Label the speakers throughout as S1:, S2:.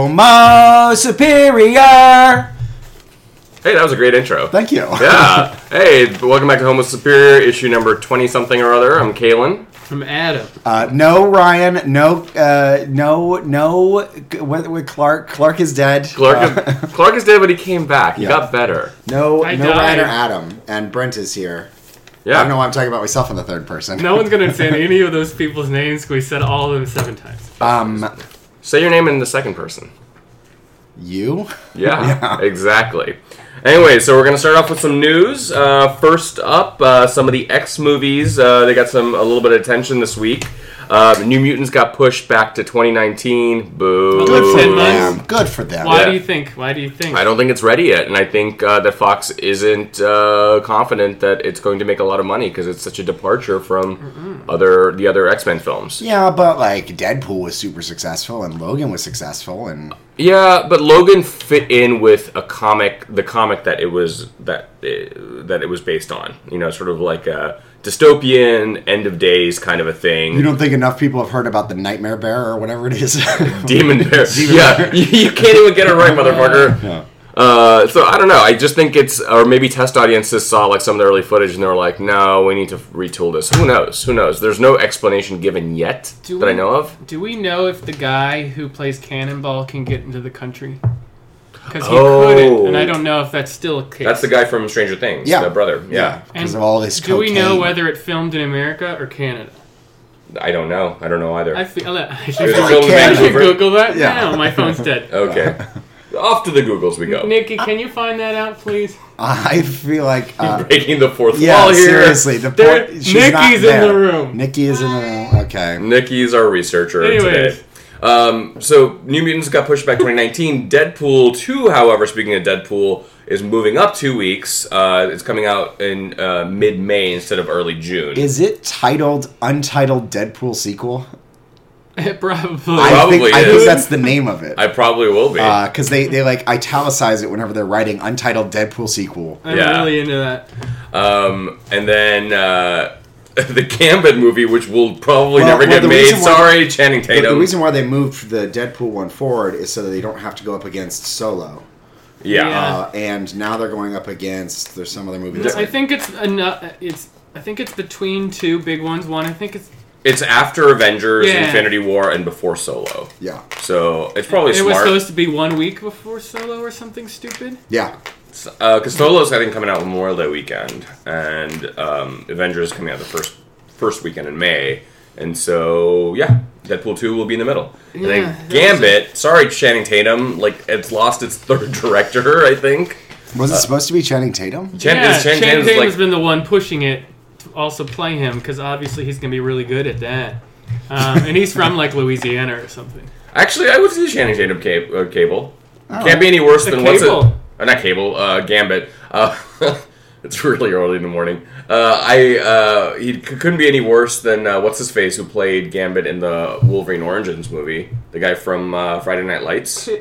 S1: Homo superior.
S2: Hey, that was a great intro.
S1: Thank you.
S2: yeah. Hey, welcome back to Homo Superior, issue number 20 something or other. I'm Kalen.
S3: from Adam.
S1: Uh, no Ryan. No. Uh, no. No. What, what? Clark. Clark is dead.
S2: Clark,
S1: Uh,
S2: is, Clark is dead, but he came back. He
S1: Yeah.
S2: got better.
S1: no.
S3: I
S1: no
S3: died.
S1: Ryan or Adam. And Brent is here. I don't know
S2: Yeah.
S1: why I'm talking about myself in the third person.
S3: No one's gonna understand any of those people's names. 'cause We said all of them seven times.
S1: Um.
S2: Say your name in the second person.
S1: You.
S2: Yeah,
S1: Yeah.
S2: exactly. Anyway, so we're going to start off with some news. Uh, first up, uh, some of the X movies. Uh, they got some a little bit of attention this week. Uh, New Mutants got pushed back to 2019. Boo.
S3: Good for
S1: Good for
S3: Ten months.
S1: them. Good for them.
S3: Why
S2: Yeah.
S3: do you think? Why do you think?
S2: I don't think it's ready yet, and I think uh, that Fox isn't uh, confident that it's going to make a lot of money because it's such a departure from other the other X Men films. Yeah.
S1: Yeah, but like Deadpool was super successful and Logan was successful and
S2: but Logan fit in with a comic, the comic that it was that uh, that it was based on. You know, sort of like a dystopian end of days kind of a thing.
S1: you don't think enough people have heard about the Nightmare Bear or whatever it is.
S2: Demon Bear. yeah, you can't even get it right, motherfucker. Uh, so I don't know. I just think it's, or maybe test audiences saw like some of the early footage and they were like, "No, we need to retool this." Who knows? Who knows? There's no explanation given yet
S3: Do
S2: that I
S3: we-
S2: know of.
S3: Do we know if the guy who plays Cannonball can get into the country? Because he
S2: Oh.
S3: couldn't, and I don't know if that's still a case.
S2: That's the guy from Stranger Things.
S1: Yeah.
S2: the brother. Yeah.
S1: because
S3: And
S1: of all this.
S3: Do we know
S1: cocaine.
S3: whether it filmed in America or Canada?
S2: I don't know. I don't know either.
S3: I feel. I should,
S2: It was
S1: like
S2: filmed in
S1: Canada.
S3: I should
S2: Vancouver.
S3: Google that
S1: Yeah.
S3: now. My phone's dead.
S2: Okay. Off to the Googles we go.
S3: Nikki, can you find that out, please?
S1: I feel like. Uh,
S2: Breaking the fourth
S1: yeah,
S2: wall here.
S1: seriously. The
S3: There-
S1: point, she's not
S3: Nikki's in
S1: there.
S3: the room.
S1: Nikki is in the room. Okay.
S2: Nikki's our researcher
S3: Anyways.
S2: today. Um, so New Mutants got pushed back 2019. Deadpool 2, however, speaking of Deadpool, is moving up two weeks. Uh, it's coming out in uh, mid-May instead of early June.
S1: Is it titled Untitled Deadpool Sequel?
S3: Probably.
S1: I think,
S2: Probably
S1: I think
S2: is.
S1: that's the name of it.
S2: I probably will be.
S1: Because they, they like italicize it whenever they're writing Untitled Deadpool Sequel.
S3: I'm
S2: Yeah.
S3: really into that.
S2: um, and then uh, the Gambit movie, which will probably
S1: Well,
S2: never
S1: well,
S2: get
S1: the
S2: made.
S1: reason why-
S2: Sorry, Channing
S1: But the
S2: Tatum.
S1: reason why they moved the Deadpool one forward is so that they don't have to go up against Solo.
S2: yeah.
S3: Yeah.
S1: Uh, and now they're going up against there's some other movie. That's
S3: I think it's enough. It's I think it's between two big ones. One, I think it's
S2: It's after Avengers,
S3: Yeah.
S2: Infinity War, and before Solo.
S1: yeah,
S2: So it's probably
S3: it was
S2: smart.
S3: supposed to be one week before Solo or something stupid.
S1: yeah.
S2: Uh, Castolo's I think coming out Memorial Day weekend, and um, Avengers coming out the first first weekend in May, and so yeah, Deadpool two will be in the middle. And
S3: Yeah,
S2: then
S3: that was
S2: Gambit, sorry Channing Tatum, like it's lost its third director, I think.
S1: Was it supposed to be Channing Tatum?
S2: Chan-
S3: yeah,
S2: is Channing
S3: Channing
S2: Tatum's,
S3: Tatum has
S2: like-
S3: been the one pushing it to also play him because obviously he's gonna be really good at that. Um, and he's from like Louisiana or something.
S2: Actually, I would see Channing Tatum ca- uh, Cable. Can't be any worse
S3: The
S2: than what's
S3: Cable.
S2: it? Uh, not Cable, uh, Gambit. Uh, it's really early in the morning. Uh, I uh, he c- couldn't be any worse than uh, what's his face who played Gambit in the Wolverine Origins movie, the guy from uh, Friday Night Lights.
S1: I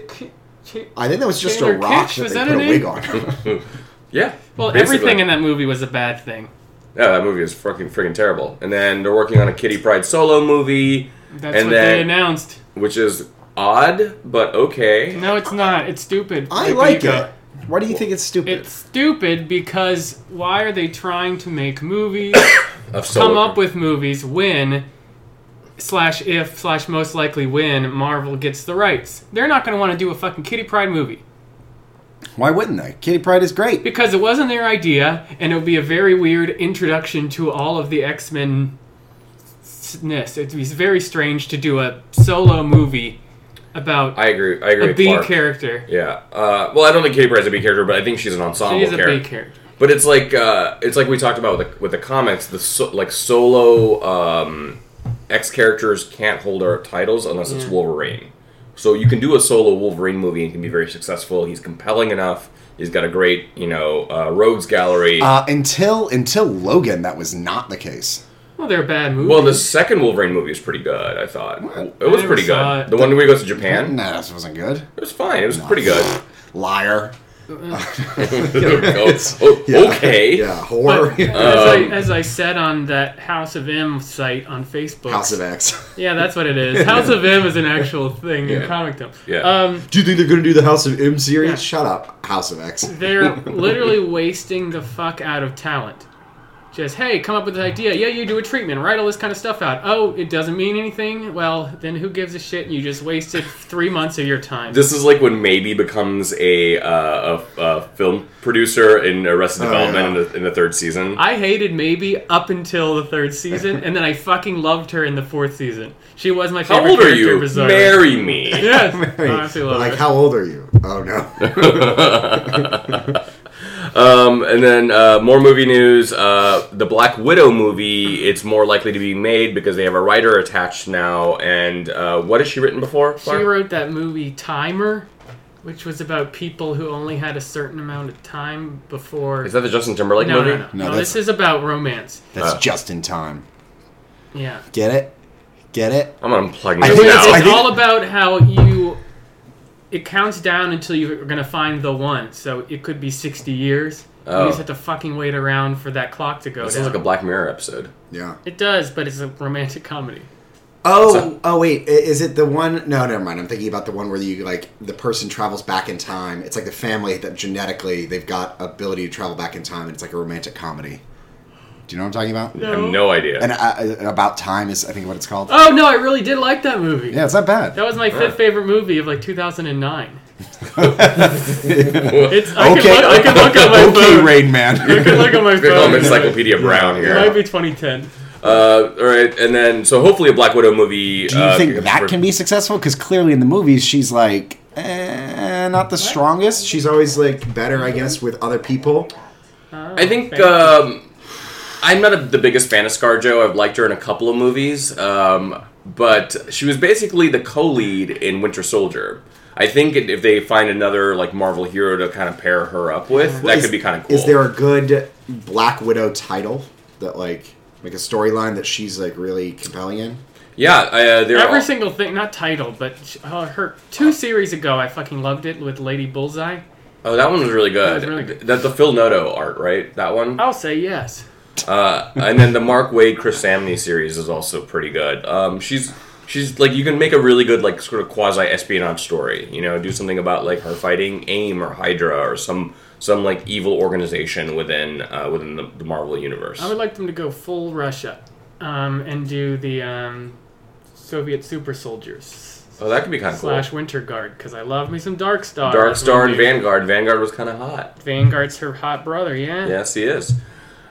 S1: think that was just
S3: Taylor
S1: a rock
S3: Kitsch,
S1: that
S3: was
S1: they
S3: that
S1: put
S3: her
S1: a wig
S3: name?
S1: on.
S2: Yeah.
S3: Well,
S2: basically.
S3: everything in that movie was a bad thing.
S2: Yeah, that movie is fucking freaking terrible. And then they're working on a Kitty Pride solo movie,
S3: That's
S2: And
S3: what
S2: then-
S3: they announced.
S2: which is odd but okay.
S3: No, it's not. It's stupid.
S1: I
S3: Like,
S1: like
S3: you
S1: it.
S3: go-
S1: Why do you think it's stupid?
S3: It's stupid because why are they trying to make movies?
S2: Of solo-
S3: come up with movies when slash if slash most likely when Marvel gets the rights. They're not going to want to do a fucking Kitty Pride movie
S1: Why wouldn't they? Kitty Pride is great.
S3: because it wasn't their idea, and it would be a very weird introduction to all of the X Men. Ness. It'd be very strange to do a solo movie about
S2: I agree. I agree.
S3: a
S2: with
S3: B
S2: Clark.
S3: character.
S2: Yeah. Uh, well, I don't think Katie Price is a B character, but I think she's an ensemble
S3: She's a
S2: character.
S3: B character.
S2: But it's like uh, it's like we talked about with the, with the comics. The so, like solo um, X characters can't hold our titles unless it's Wolverine. So you can do a solo Wolverine movie and can be very successful. He's compelling enough. He's got a great you know uh, rogues gallery.
S1: Uh, until until Logan, that was not the case.
S3: Well, they're bad movies.
S2: well, the second Wolverine movie is pretty good. I thought it was
S3: I
S2: pretty
S3: never saw
S2: good.
S3: it.
S2: The one where he goes to
S1: Nah,
S2: Japan,
S1: this wasn't good.
S2: it was fine. It was pretty good.
S1: Liar.
S2: oh, oh, Okay.
S4: Yeah, horror.
S3: As,
S2: Um,
S3: I, as I said on that House of M site on Facebook.
S4: House of X.
S3: Yeah, that's what it is. House of M is an actual thing in comic terms.
S2: Yeah.
S3: Um,
S4: Do you think they're going to do the House of M series?
S3: Yeah.
S4: Shut up, House of X.
S3: they're literally wasting the fuck out of talent. Just hey, come up with an idea. Yeah, you do a treatment. Write all this kind of stuff out. Oh, it doesn't mean anything. Well, then who gives a shit? You just wasted three months of your time.
S2: This is like when Maybe becomes a uh, a, a film producer in Arrested
S1: Oh,
S2: Development in, the, in the third season.
S3: I hated maybe up until the third season, and then I fucking loved her in the fourth season. She was my favorite
S2: How old are
S3: character.
S2: you?
S3: Bizarre.
S2: Marry me.
S3: Yes,
S4: Hey,
S3: I honestly love
S4: like,
S3: her.
S4: how old are you? Oh no.
S2: Um, and then uh, more movie news. Uh, the Black Widow movie. It's more likely to be made because they have a writer attached now. And uh, what has she written before?
S3: She wrote that movie Timer, which was about people who only had a certain amount of time before.
S2: Is that the Justin Timberlake
S3: no, no,
S2: movie?
S3: no,
S1: No,
S3: no,
S1: that's-
S3: This is about romance.
S1: That's
S2: Uh.
S1: just in time.
S3: Yeah.
S1: Get it? Get it?
S2: I'm unplugging
S1: I
S2: this
S1: think
S2: now.
S1: I
S3: It's
S1: think-
S3: all about how you. It counts down until you're gonna find the one. So it could be 60 years.
S2: Oh.
S3: You just have to fucking wait around for that clock to go
S2: This
S3: down.
S2: sounds like a Black Mirror episode.
S4: Yeah.
S3: It does, but it's a romantic comedy.
S4: Oh, oh wait, i- is it the one? No, never mind. I'm thinking about the one where you like the person travels back in time. It's like the family that genetically they've got ability to travel back in time, and it's like a romantic comedy.
S1: Do you know what I'm talking about?
S2: I have no idea.
S1: And uh, about time is I think what it's called.
S3: Oh no, I really did like that movie.
S1: Yeah, it's not bad.
S3: That was my fifth favorite movie of like 2009. it's, I
S1: Okay,
S3: Can look, I can look at my
S1: okay,
S3: phone.
S1: Rain
S3: I
S1: Man.
S3: can look at my
S2: They call him
S3: phone.
S2: Encyclopedia Brown
S3: It might
S2: here.
S3: be 2010.
S2: Uh, all right, and then so hopefully a Black Widow movie. uh,
S1: Do you think that can be successful? Because clearly in the movies she's like eh, not the strongest.
S4: She's always like better, I guess, with other people.
S2: I think
S3: Okay.
S2: um, I'm not a, the biggest fan of ScarJo. I've liked her in a couple of movies, um, but she was basically the co-lead in Winter Soldier. I think if they find another like Marvel hero to kind of pair her up with, that
S4: Is-
S2: could be kind of cool.
S4: Is there a good Black Widow title that like like a storyline that she's like really compelling in?
S2: yeah, uh, there.
S3: Every
S2: are-
S3: single thing, not title, but sh- uh, her two series ago, I fucking loved it with Lady Bullseye.
S2: oh, that one was really good.
S3: was really good.
S2: That's the Phil Noto art, right? That one.
S3: I'll say yes.
S2: Uh, and then the Mark Wade Chris Samney series is also pretty good. Um, she's she's like you can make a really good like sort of quasi espionage story. You know, do something about like her fighting AIM or Hydra or some some like evil organization within uh, within the, the Marvel universe.
S3: I would like them to go full Russia um, and do the um, Soviet super soldiers
S2: oh, that could be kind of cool.
S3: slash Winter Guard because I love me some Dark Star.
S2: Dark Star and Vanguard. Vanguard was kind of hot.
S3: Vanguard's her hot brother. Yeah.
S2: Yes, he is.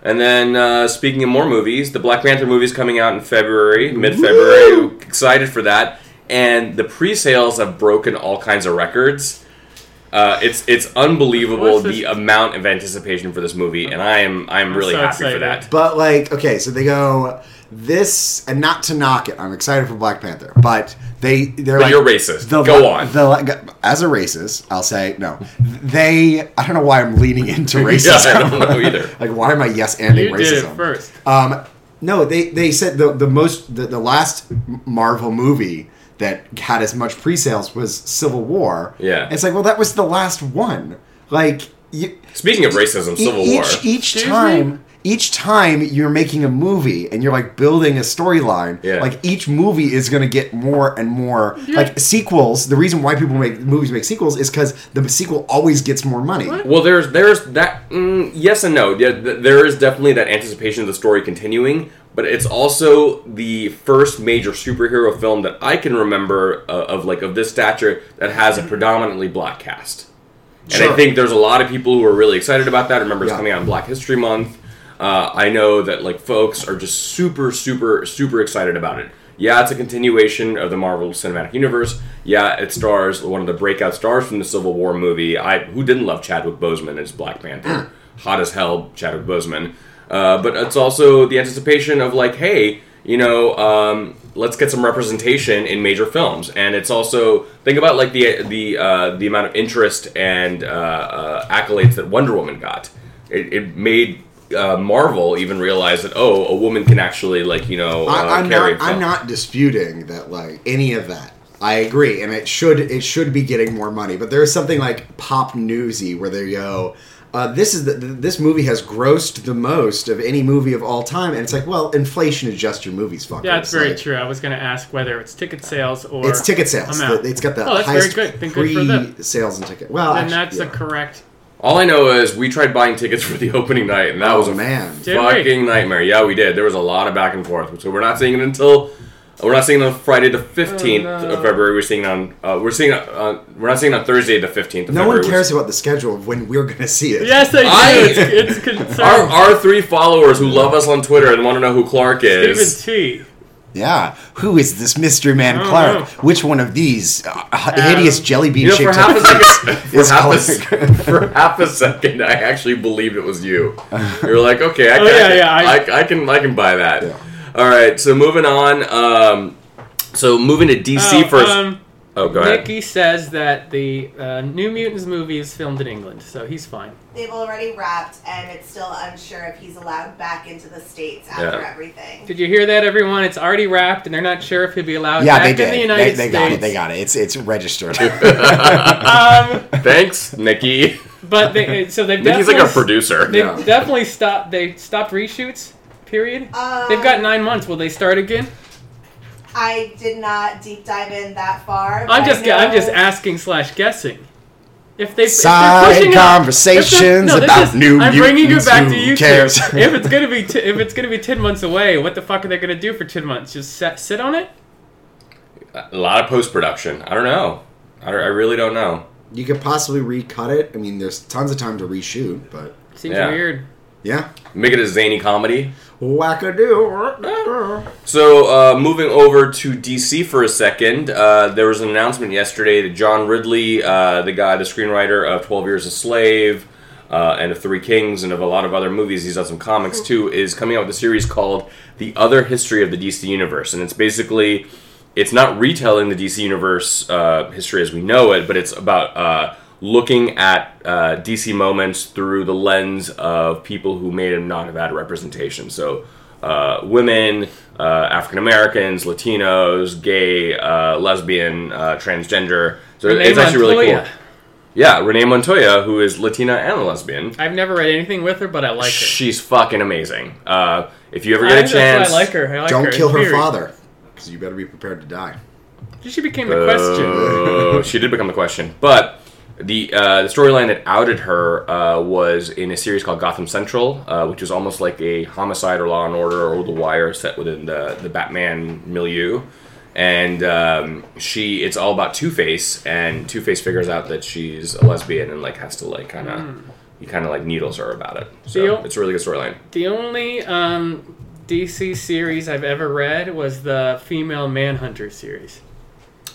S2: And then, uh, speaking of more movies, the Black Panther movie is coming out in February, mid February. Excited for that. And the pre sales have broken all kinds of records. Uh, it's it's unbelievable
S3: What's
S2: the
S3: this?
S2: amount of anticipation for this movie, and I am I'm really
S3: so
S2: happy for
S3: excited.
S2: that.
S4: But like, okay, so they go this, and not to knock it. I'm excited for Black Panther, but they they're
S2: But
S4: like
S2: you're racist.
S1: The,
S2: Go on.
S1: The, as a racist, I'll say no. They. I don't know why I'm leaning into
S2: yeah,
S1: racism.
S2: I don't know either.
S4: like, why am I yes anding
S3: You
S4: racism?
S3: did it first.
S4: Um, no, they they said the the most the, the last Marvel movie that had as much pre-sales was Civil War.
S2: Yeah.
S4: it's like well, that was the last one. Like you,
S2: Speaking of racism,
S4: e-
S2: Civil
S4: each
S2: War.
S1: e, each
S3: Excuse
S1: time
S3: me?
S1: each time you're making a movie and you're like building a storyline
S2: Yeah.
S1: like each movie is going to get more and more
S3: Yeah.
S1: like sequels the reason why people make movies make sequels is because the sequel always gets more money
S3: What?
S2: Well, there's there's that mm, yes and no. Yeah, th- there is definitely that anticipation of the story continuing, but it's also the first major superhero film that I can remember uh, of like of this stature that has a predominantly black cast. And I
S4: Sure.
S2: think there's a lot of people who are really excited about that. I remember it's
S4: Yeah.
S2: coming out in Black History Month. Uh, I know that like folks are just super, super, super excited about it. Yeah, it's a continuation of the Marvel Cinematic Universe. Yeah, it stars one of the breakout stars from the Civil War movie. I who didn't love Chadwick Boseman as Black
S4: Mm.
S2: Panther, hot as hell, Chadwick Boseman. Uh, but it's also the anticipation of like, hey, you know, um, let's get some representation in major films. And it's also think about like the the uh, the amount of interest and uh, uh, accolades that Wonder Woman got. It, it made uh, Marvel even realize that oh, a woman can actually like you know uh,
S4: I, I'm
S2: carry. a
S4: not I'm
S2: film.
S4: not disputing that like any of that. I agree, and it should it should be getting more money. But there's something like pop newsy where they go, uh, "This is the, this movie has grossed the most of any movie of all time," and it's like, well, inflation adjusts your movies, fucker.
S3: Yeah, that's
S4: It's
S3: very
S4: like-
S3: true. I was going to ask whether it's ticket sales or
S4: It's ticket sales.
S3: amount.
S4: The- It's got the
S3: Oh, that's very
S4: highest
S3: good. Then good for them.
S4: pre-sales and ticket. Well,
S3: Then
S4: actually,
S3: that's the
S4: yeah.
S3: correct.
S2: All I know is we tried buying tickets for the opening night, and that was
S4: Oh,
S2: a
S4: man.
S3: Did we?
S2: fucking nightmare. Yeah, we did. There was a lot of back and forth. So we're not seeing it until we're not seeing it on Friday the fifteenth
S3: Oh, no.
S2: of February. We're seeing it on uh, we're seeing it on, we're not seeing it on Thursday the fifteenth.
S4: No
S2: February.
S4: one cares about the schedule of when we're going to see it.
S3: Yes, I do.
S2: I-
S3: it's, it's concerned.
S2: Our, our three followers who love us on Twitter and want to know who Clark is.
S3: Stephen T.
S1: Yeah. Who is this mystery man
S3: don't
S1: Clark?
S3: know.
S1: Which one of these uh, h-
S3: Um,
S1: hideous jelly bean
S2: You know, for
S1: shaped
S2: half a second, for,
S1: It's
S2: half a,
S1: Clark.
S2: s- for half a second, I actually believed it was you. You're like, okay, I can,
S3: Oh, yeah,
S2: I, can,
S3: yeah, I-
S2: I, I can, I can buy that. All right, so moving on. Um, so moving to DC
S3: Oh,
S2: first.
S3: um,
S2: oh, go ahead.
S3: Nikki says that the uh, New Mutants movie is filmed in England, so he's fine.
S5: They've already wrapped, and it's still unsure if he's allowed back into the states after
S2: Yeah.
S5: everything.
S3: Did you hear that, everyone? It's already wrapped, and they're not sure if he'll be allowed
S1: yeah,
S3: back
S1: they
S3: in the
S1: did. They,
S3: United
S1: they
S3: States.
S1: got it. They got it. It's it's registered.
S3: Um,
S2: Thanks, Nikki.
S3: but they, uh, so they've
S2: Nikki's
S3: definitely
S2: like a producer.
S3: They
S4: Yeah.
S3: have definitely stopped. They stopped reshoots. Period.
S5: Uh,
S3: They've got nine months. Will they start again?
S5: I did not deep dive in that far.
S3: I'm
S5: but
S3: just.
S5: I know-
S3: I'm just asking slash guessing. If they if
S1: Side
S3: they're pushing it- if they're-
S1: conversations
S3: this
S1: about New
S3: I'm bringing it
S1: Mutants,
S3: back to
S1: who
S3: you.
S1: cares?
S3: if it's gonna be t- if it's gonna be ten months away, what the fuck are they gonna do for ten months? Just set, sit on it.
S2: a lot of post production. I don't know. I, don't- I really don't know.
S4: You could possibly recut it. I mean, there's tons of time to reshoot, but
S3: Seems
S2: Yeah.
S3: weird.
S4: yeah.
S2: Make it a zany comedy.
S4: Wackadoo.
S2: So, uh, moving over to DC for a second, uh, there was an announcement yesterday that John Ridley, uh, the guy, the screenwriter of 12 Years a Slave uh, and of Three Kings and of a lot of other movies, he's done some comics too, is coming out with a series called The Other History of the DC Universe. And it's basically, it's not retelling the DC Universe uh, history as we know it, but it's about uh, looking at uh, DC moments through the lens of people who made and not have had representation. So, uh, women, uh, African Americans, Latinos, gay, uh, lesbian, uh, transgender. So
S3: Renee
S2: it's actually really
S3: Montoya.
S2: cool. Yeah, Renee Montoya, who is Latina and lesbian,
S3: I've never read anything with her, but I like her.
S2: she's fucking amazing. Uh, if you ever
S3: I,
S2: get a
S3: that's
S2: chance,
S3: why I like her. I like her.
S4: Don't kill her
S3: Period.
S4: father, because you better be prepared to die.
S3: She became the question.
S2: Oh, she did become the question. But the uh, the storyline that outed her uh, was in a series called Gotham Central, uh, which was almost like a homicide or Law and Order or The Wire set within the the Batman milieu. And um, she, it's all about Two Face, and Two Face figures out that she's a lesbian and like has to like kind of. He kind of like needles her about it. So
S3: Hmm. Deal.
S2: it's a really good storyline.
S3: The only um, DC series I've ever read was the Female Manhunter series.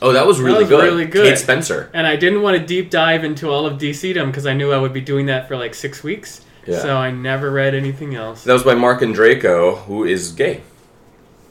S2: Oh, that was really
S3: was
S2: good.
S3: really good.
S2: Kate Spencer.
S3: And I didn't want to deep dive into all of DCdom because I knew I would be doing that for like six weeks.
S2: Yeah.
S3: So I never read anything else.
S2: That was by Mark and Draco, who is gay,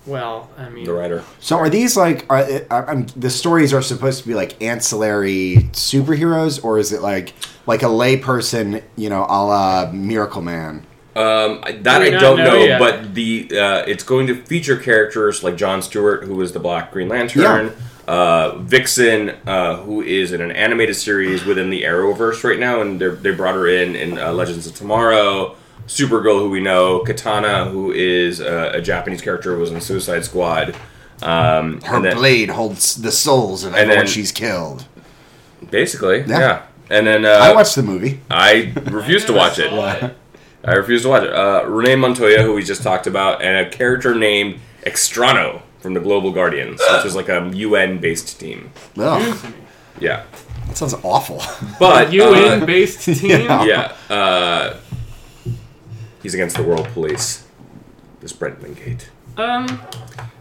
S3: Well, I mean,
S2: the writer.
S1: so are these like are, I- I'm, the stories are supposed to be like ancillary superheroes, or is it like like a layperson, you know, a la Miracle Man?
S2: Um, I- that
S3: Do we
S2: I
S3: not
S2: don't
S3: know
S2: know,
S3: yet?
S2: but the uh, it's going to feature characters like John Stewart, who is the Black Green Lantern, uh, Vixen, uh, who is in an animated series within the Arrowverse right now, and they they brought her in in uh, Legends of Tomorrow. Supergirl, who we know, Katana, who is uh, a Japanese character, who was in Suicide Squad. Um,
S1: Her
S2: and then-
S1: blade holds the souls of
S2: And
S1: everyone
S2: then-
S1: she's killed.
S2: basically, yeah.
S1: Yeah.
S2: And then uh,
S1: I watched the movie.
S2: I refuse to
S3: never
S2: watch it.
S3: saw
S2: I refuse to watch it. Uh, Renee Montoya, who we just talked about, and a character named Extrano from the Global Guardians, which is like a UN based team.
S3: Mm.
S1: Ugh,
S2: Yeah.
S1: that sounds awful.
S2: But.
S3: UN
S2: Uh,
S3: based team.
S1: Yeah.
S2: yeah. Uh, he's against the world police. This Brent Wingate.
S3: Um,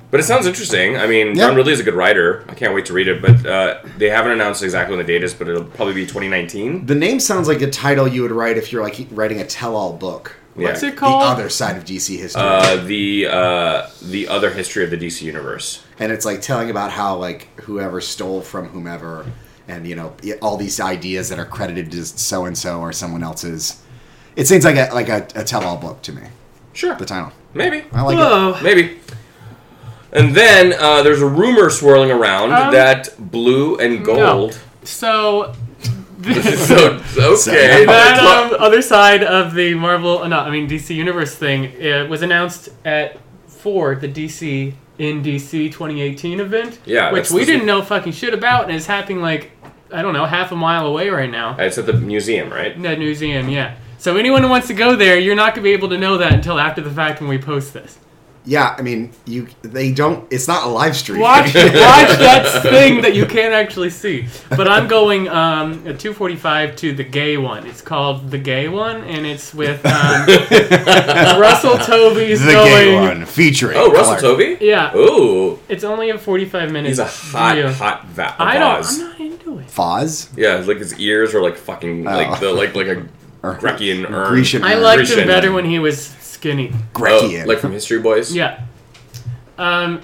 S2: But it sounds interesting. I mean,
S1: Yeah.
S2: John Ridley is a good writer. I can't wait to read it. But uh, they haven't announced exactly when the date is, but it'll probably be 2019.
S4: The name sounds like a title you would write if you're like writing a tell-all book.
S2: Yeah.
S3: what's it
S4: The
S3: called?
S4: other side of DC history,
S2: Uh, the uh, the other history of the DC universe.
S4: and it's like telling about how like whoever stole from whomever, and you know all these ideas that are credited to so and so or someone else's. It seems like a like a, a tell-all book to me.
S2: Sure.
S4: The title,
S2: Maybe.
S4: I like it.
S3: Whoa.
S2: Maybe. And then uh, there's a rumor swirling around
S3: Um,
S2: that blue and gold. so
S3: So,
S2: okay,
S3: that um, other side of the Marvel, uh, no, I mean DC Universe thing, it was announced at for the DC in DC 2018 event.
S2: Yeah,
S3: which
S2: that's
S3: we
S2: this-
S3: didn't know fucking shit about, and it's happening like I don't know, half a mile away right now.
S2: it's at the museum, right?
S3: In that museum, yeah. So anyone who wants to go there, you're not gonna be able to know that until after the fact when we post this.
S4: Yeah, I mean, you they don't. It's not a live stream.
S3: Watch, watch that thing that you can't actually see. But I'm going um, at 2:45 to the gay one. It's called the gay one, and it's with um, Russell Toby's
S1: The
S3: going.
S1: gay one featuring.
S2: Oh, Russell
S1: Clark.
S2: Tovey.
S3: Yeah.
S2: Ooh,
S3: It's only a 45 minute.
S2: he's a hot,
S3: video.
S2: hot va-
S3: uh, I don't.
S2: vase.
S3: I'm not into it.
S1: Foz
S2: Yeah, like his ears are like fucking like the like like a
S1: or
S2: Grecian urn.
S1: Grecian
S3: I liked
S2: Christian.
S3: him better when he was skinny.
S2: Oh,
S1: Grecian.
S2: like from History Boys.
S3: Yeah. Um,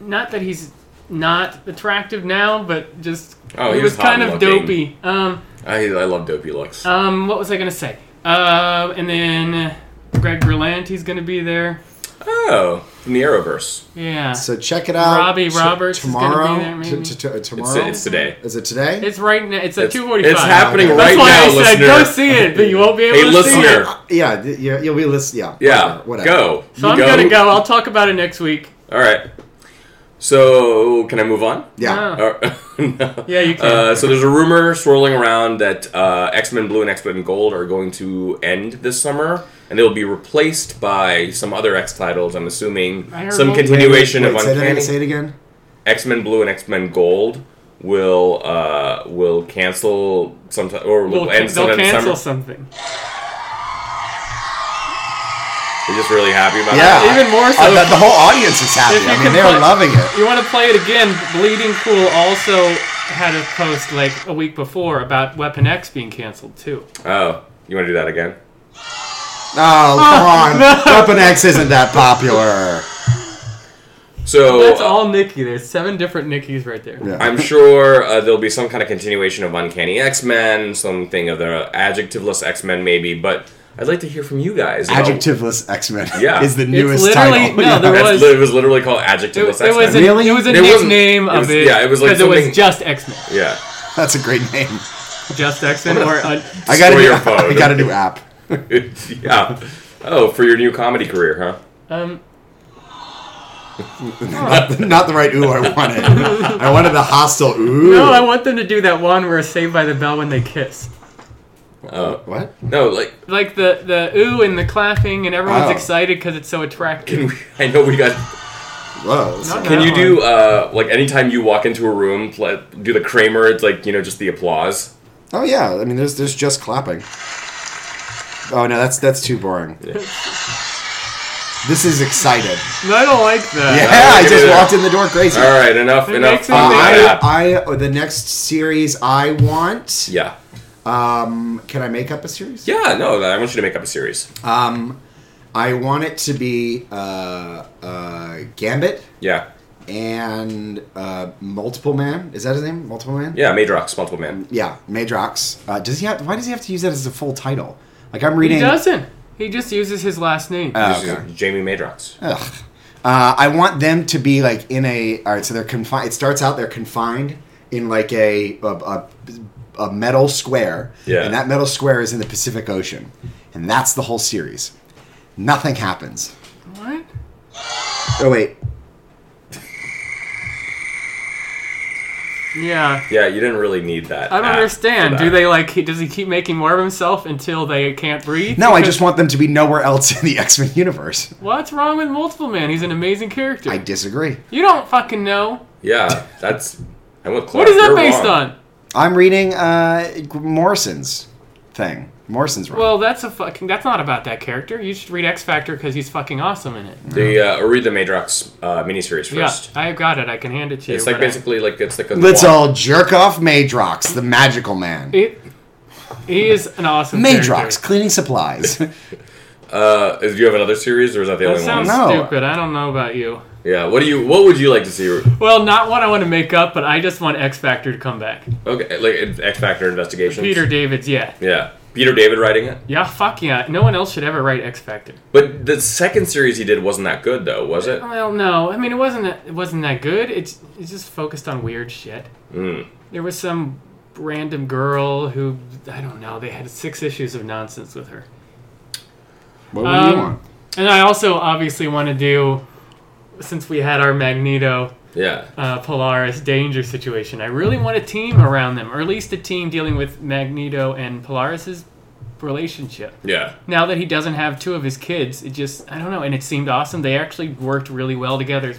S3: not that he's not attractive now, but just
S2: Oh, he
S3: was,
S2: was hot
S3: kind
S2: and
S3: of
S2: looking.
S3: dopey. Um.
S2: I I love Dopey looks.
S3: Um, what was I gonna say? Uh, and then Greg Berlanti, he's gonna be there.
S2: oh, from the Arrowverse.
S3: Yeah,
S4: So check it out.
S3: Robbie
S4: T-
S3: Roberts is gonna be
S4: tomorrow.
S3: there, maybe.
S4: T- t- t-
S2: It's,
S4: tomorrow.
S2: it's today.
S4: Is it today?
S3: it's right now. It's at
S2: It's-
S3: two forty-five.
S2: it's happening
S3: That's
S2: right
S3: why
S2: now,
S3: I said
S2: listener.
S3: go see it, but you won't be able
S2: Hey,
S3: to see
S2: listener.
S3: it.
S4: yeah, th- yeah. You'll be listening. Yeah.
S2: Yeah,
S4: Whatever.
S2: go.
S3: So
S2: You
S3: I'm gonna go. I'll talk about it next week.
S2: All right. So can I move on?
S4: Yeah.
S3: Oh.
S2: Or- no.
S3: Yeah, you can.
S2: Uh, so there's a rumor swirling around that uh, X Men Blue and X Men Gold are going to end this summer, and they'll be replaced by some other X titles. I'm assuming
S3: I heard
S2: some
S3: both- Wait,
S2: continuation
S4: Wait, say,
S2: of
S4: that again, say
S2: Uncanny
S4: it again.
S2: X Men Blue and X Men Gold will uh, will cancel sometime or will
S3: We'll,
S2: end
S3: they'll
S2: sometime in
S3: cancel
S2: summer.
S3: something.
S2: We're just really happy about that.
S1: yeah,
S3: Even more so.
S1: Uh, the, the whole audience is happy.
S3: If you
S1: I mean,
S3: can
S1: they're
S3: play-
S1: loving it.
S3: You want to play it again? Bleeding Cool also had a post like a week before about Weapon X being canceled too.
S2: Oh, you want to do that again?
S1: Oh, come on. Weapon X isn't that popular.
S2: So
S3: That's
S2: uh,
S3: all Nikki. There's seven different Nikki's right there.
S1: Yeah.
S2: I'm sure uh, there'll be some kind of continuation of Uncanny X Men, something of the adjectiveless X Men, maybe. But I'd like to hear from you guys. about-
S1: Adjectiveless X Men
S2: Yeah.
S1: is the
S3: It's
S1: newest
S3: literally-
S1: title.
S3: no, there
S2: That's
S3: was-
S2: li- it was literally called
S3: It,
S2: adjectiveless
S3: it
S2: X
S3: was a,
S2: Men.
S1: Really?
S3: it was a
S2: It wasn't-
S3: nickname
S2: it
S3: of
S2: was-
S3: it.
S2: yeah, it was like
S3: because it was
S2: something-
S3: just X Men,
S2: yeah.
S1: That's a great name.
S3: just X Men, or uh,
S1: I got a
S2: Destroy
S1: new,
S2: your phone.
S1: I got a new app.
S2: yeah. Oh, for your new comedy career, huh?
S3: um,
S1: Not the right ooh I wanted. I wanted the hostile ooh.
S3: no, I want them to do that one where Saved by the Bell when they kiss,
S2: Oh
S1: what?
S2: no, like
S3: like the the ooh and the clapping, and everyone's
S1: Oh.
S3: excited because it's so attractive.
S2: can we, I know we got.
S1: Whoa.
S3: Not
S2: Can
S3: that
S2: you
S3: one.
S2: do uh like anytime you walk into a room, pl- do the Kramer? It's like you know just the applause.
S1: Oh yeah, I mean there's there's just clapping. Oh no, that's that's too boring. This is excited.
S3: No, I don't like
S1: Yeah,
S3: that.
S1: I
S2: give it
S1: just
S2: a-
S1: walked in the door crazy.
S2: All right, enough,
S3: It
S2: enough.
S3: makes me
S2: on
S3: think-
S2: that app.
S4: I, I the next series I want.
S2: yeah,
S4: Um, can I make up a series?
S2: yeah. No, I want you to make up a series.
S4: Um, I want it to be uh, uh, Gambit
S2: Yeah,
S4: and uh, Multiple Man. Is that his name? Multiple Man.
S2: yeah. Madrox, multiple man.
S4: Yeah, Madrox. Uh, does he have? Why does he have to use that as a full title? Like I'm reading.
S3: He doesn't. He just uses his last name.
S1: Oh,
S2: This is
S1: okay.
S2: Jamie Madrox.
S1: Ugh.
S4: Uh, I want them to be like in a. All right, so they're confined. It starts out they're confined in like a a, a, a metal square.
S2: Yeah.
S4: And that metal square is in the Pacific Ocean, and that's the whole series. Nothing happens.
S3: what?
S4: Oh wait,
S3: Yeah.
S2: Yeah, you didn't really need that.
S3: I don't
S2: app
S3: understand.
S2: for
S3: Do
S2: that.
S3: they like? He, does he keep making more of himself until they can't breathe?
S4: no, I
S3: Because-
S4: just want them to be nowhere else in the X Men universe.
S3: What's wrong with Multiple Man? He's an amazing character.
S4: I disagree.
S3: you don't fucking know.
S2: Yeah, that's. I went Clark.
S3: What is that
S2: You're
S3: based
S2: wrong.
S3: on?
S4: I'm reading uh, Morrison's thing. Morrison's wrong.
S3: Well, that's a fucking. That's not about that character. You should read X Factor because he's fucking awesome in it.
S2: The uh, or read the Madrox uh, miniseries
S3: Yeah,
S2: first.
S3: I got it. I can hand it to you.
S2: It's like
S3: but I-
S2: basically like it's like a.
S4: Let's
S2: walk-
S4: all jerk off Madrox, the magical man.
S3: It- he is an awesome.
S4: Madrox,
S3: character.
S4: cleaning supplies.
S2: Uh, do you have another series, or is that the
S3: That
S2: only one?
S3: sounds
S4: No.
S3: stupid. I don't know about you.
S2: Yeah. What do you? What would you like to see?
S3: Well, not what I want to make up, but I just want X Factor to come back.
S2: Okay, like X Factor investigations.
S3: Peter David's, yeah.
S2: Yeah. Peter David writing it.
S3: Yeah, fuck yeah. No one else should ever write X Factor.
S2: But the second series he did wasn't that good, though, was it?
S3: Well, no, I mean it wasn't that, it wasn't that good. It's it just focused on weird shit.
S2: Mm.
S3: There was some random girl who I don't know. They had six issues of nonsense with her.
S1: What would you
S3: Um,
S1: want?
S3: And I also obviously want to do, since we had our Magneto
S2: Yeah.
S3: uh, Polaris danger situation, I really want a team around them, or at least a team dealing with Magneto and Polaris's relationship.
S2: Yeah.
S3: Now that he doesn't have two of his kids, it just, I don't know, and it seemed awesome. They actually worked really well together.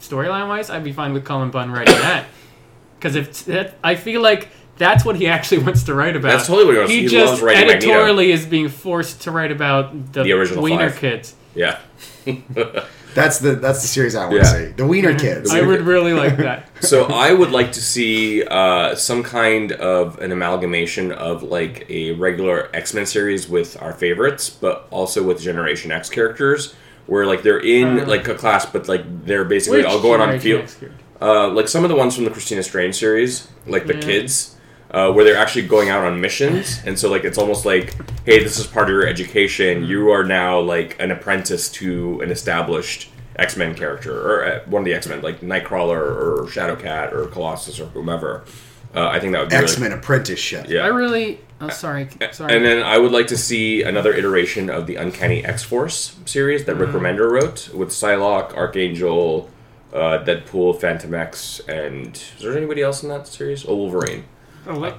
S3: Storyline wise, I'd be fine with Colin Bunn writing that. Because if that, I feel like that's what he actually wants to write about.
S2: That's totally what he wants- he
S3: just
S2: loves writing Magneto.
S3: editorially is being forced to write about the,
S2: The original
S3: Wiener
S2: five.
S3: kids.
S2: Yeah.
S4: That's the that's the series I want
S2: Yeah.
S4: to see. The Wiener Kids.
S3: Mm-hmm. I would really like that.
S2: so I would like to see uh, some kind of an amalgamation of like a regular X Men series with our favorites, but also with Generation X characters, where like they're in
S3: Uh.
S2: like a class, but like they're basically all going on
S3: Generation
S2: field.
S3: X character?
S2: Uh, like some of the ones from the Christina Strange series, like the
S3: Yeah.
S2: kids, uh, where they're actually going out on missions, and so like it's almost like, hey, this is part of your education. You are now like an apprentice to an established X Men character or uh, one of the X Men, like Nightcrawler or Shadowcat or Colossus or whomever. Uh, I think that would be really-
S4: X Men Apprenticeship.
S2: Yeah.
S3: I really. Oh, sorry. Sorry.
S2: And then I would like to see another iteration of the Uncanny X Force series that Rick Remender wrote with Psylocke, Archangel, uh, Deadpool, Phantom X, and is there anybody else in that series? Oh, Wolverine.
S3: oh, what?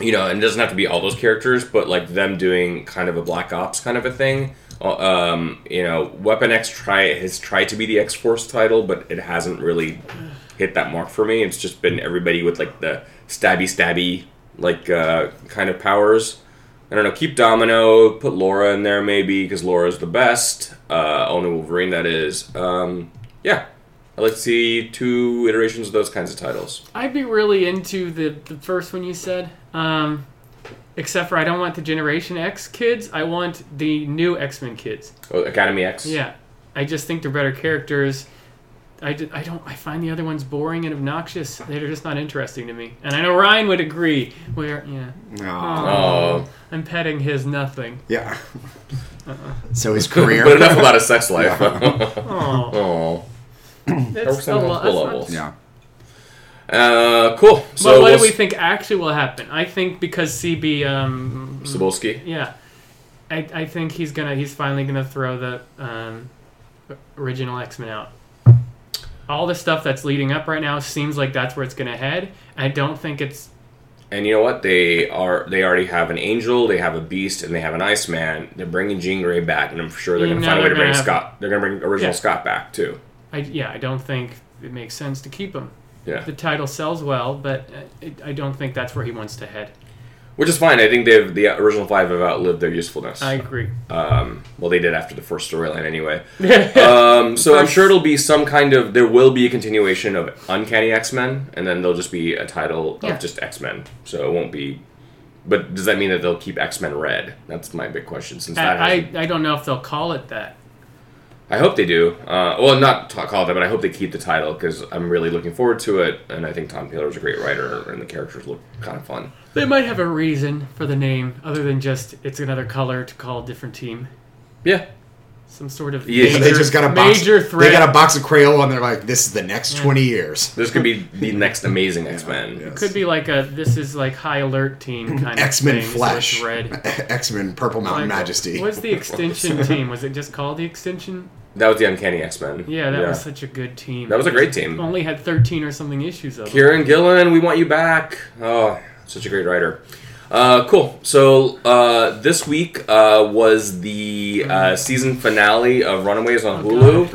S2: You know, and it doesn't have to be all those characters, but like them doing kind of a Black Ops kind of a thing. Uh, Um, you know, Weapon X try has tried to be the X Force title, but it hasn't really hit that mark for me. It's just been everybody with like the stabby stabby like uh, kind of powers. I don't know. Keep Domino. Put Laura in there maybe because Laura's the best. Uh, only Wolverine that is. Um, yeah, I like to see two iterations of those kinds of titles.
S3: I'd be really into the, the first one you said. Um, except for I don't want the Generation X kids. I want the new X Men kids.
S2: Oh, Academy X.
S3: Yeah. I just think they're better characters. I, d- I don't. I find the other ones boring and obnoxious. They're just not interesting to me. And I know Ryan would agree. Where yeah,
S4: Aw.
S2: Oh,
S3: I'm petting his nothing.
S4: Yeah.
S3: Uh-uh.
S1: So his
S2: but
S1: career.
S2: enough about his sex life.
S3: Oh,
S2: oh,
S3: that's a
S2: Some
S3: lot.
S2: multiple
S3: That's not-
S2: levels.
S1: yeah.
S2: Uh, cool.
S3: But
S2: So
S3: what
S2: what's
S3: do we think actually will happen? I think because CB, um,
S2: Cebulski?
S3: yeah, I, I think he's gonna he's finally gonna throw the um, original X Men out. All the stuff that's leading up right now seems like that's where it's gonna head. I don't think it's
S2: And you know what? They are. They already have an angel. They have a beast, and they have an Iceman. They're bringing Jean Grey back, and I'm sure they're
S3: You
S2: going to
S3: know
S2: find a way
S3: they're
S2: to bring
S3: gonna have-
S2: Scott. They're going to bring original
S3: Yeah.
S2: Scott back too.
S3: I yeah I don't think it makes sense to keep him.
S2: Yeah.
S3: The title sells well, but uh, it, I don't think that's where he wants to head.
S2: Which is fine. I think they've the original five have outlived their usefulness.
S3: I agree.
S2: um, well, they did after the first storyline anyway. Um, so i I'm sure it'll be some kind of. There will be a continuation of Uncanny X Men, and then there'll just be a title
S3: Yeah.
S2: of just X Men. So it won't be. But does that mean that they'll keep X Men Red? That's my big question. Since that
S3: I,
S2: hasn't-
S3: I I don't know if they'll call it that.
S2: I hope they do. Uh, well, not t- call that, but I hope they keep the title because I'm really looking forward to it, and I think Tom Taylor's a great writer, and the characters look kind of fun.
S3: They might have a reason for the name other than just it's another color to call a different team.
S2: Yeah,
S3: Some sort of
S2: Yeah,
S3: major,
S4: They just got a box.
S3: major
S4: They
S3: threat.
S4: got a box of Crayola, and they're like, "This is the next twenty years."
S2: this could be the next amazing X Men.
S4: Yes.
S3: Could be like a this is like high alert team kind of
S4: X Men
S3: thing, so it's
S4: Flash,
S3: red.
S4: X Men Purple Mountain
S3: Like,
S4: Majesty.
S3: What's the extension team? Was it just called the extension?
S2: That was the Uncanny X Men.
S3: Yeah, that was such a good team.
S2: That was a great team.
S3: Only had thirteen or something issues of it.
S2: Kieran Gillen, we want you back. Oh, such a great writer. Uh, cool. So uh, this week uh, was the uh, season finale of Runaways
S3: Oh,
S2: on Hulu.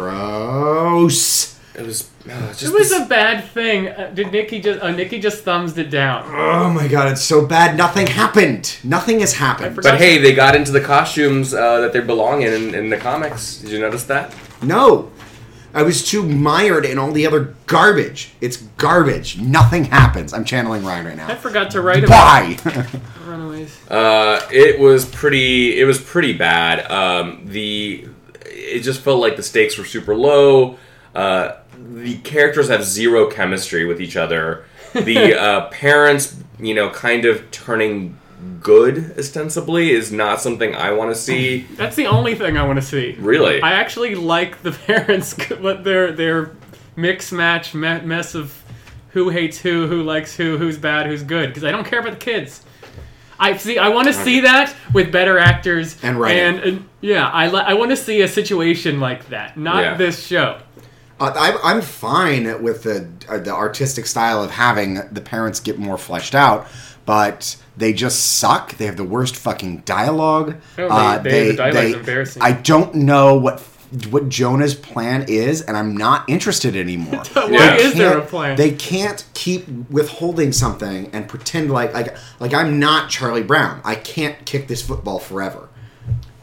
S4: Gross.
S2: It was uh, just
S3: It was
S2: this-
S3: a bad thing. Uh, did Nikki just? Oh, Nikki just thumbs it down.
S4: Oh my god, it's so bad. Nothing happened. Nothing has happened.
S3: forgot-
S2: But hey, they got into the costumes uh, that they belong in, in in the comics. Did you notice that?
S4: No. I was too mired in all the other garbage. It's garbage. Nothing happens. I'm channeling Ryan right
S3: I
S4: now.
S3: forgot to write about
S4: Why?
S3: Runaways.
S2: Uh, it was pretty. It was pretty bad. Um, the it just felt like the stakes were super low. Uh, the characters have zero chemistry with each other. The uh, parents, you know, kind of turning good ostensibly is not something I want to see.
S3: That's the only thing I want to see.
S2: Really,
S3: I actually like the parents, but their their mix match me- mess of who hates who, who likes who, who's bad, who's good. Because I don't care about the kids. I see. I want to see that with better actors
S4: And writing.
S3: And, and- yeah, I li- I want to see a situation like that, not
S2: Yeah.
S3: this show.
S1: Uh, I, I'm fine with the uh, the artistic style of having the parents get more fleshed out, but they just suck. They have the worst fucking dialogue. Uh,
S3: Oh, they- they- the dialogue's embarrassing.
S1: I don't know what what Jonah's plan is, and I'm not interested anymore.
S3: Why
S2: Yeah.
S3: is there a
S1: can't-
S3: plan?
S1: They can't keep withholding something and pretend like like like I'm not Charlie Brown. I can't kick this football forever.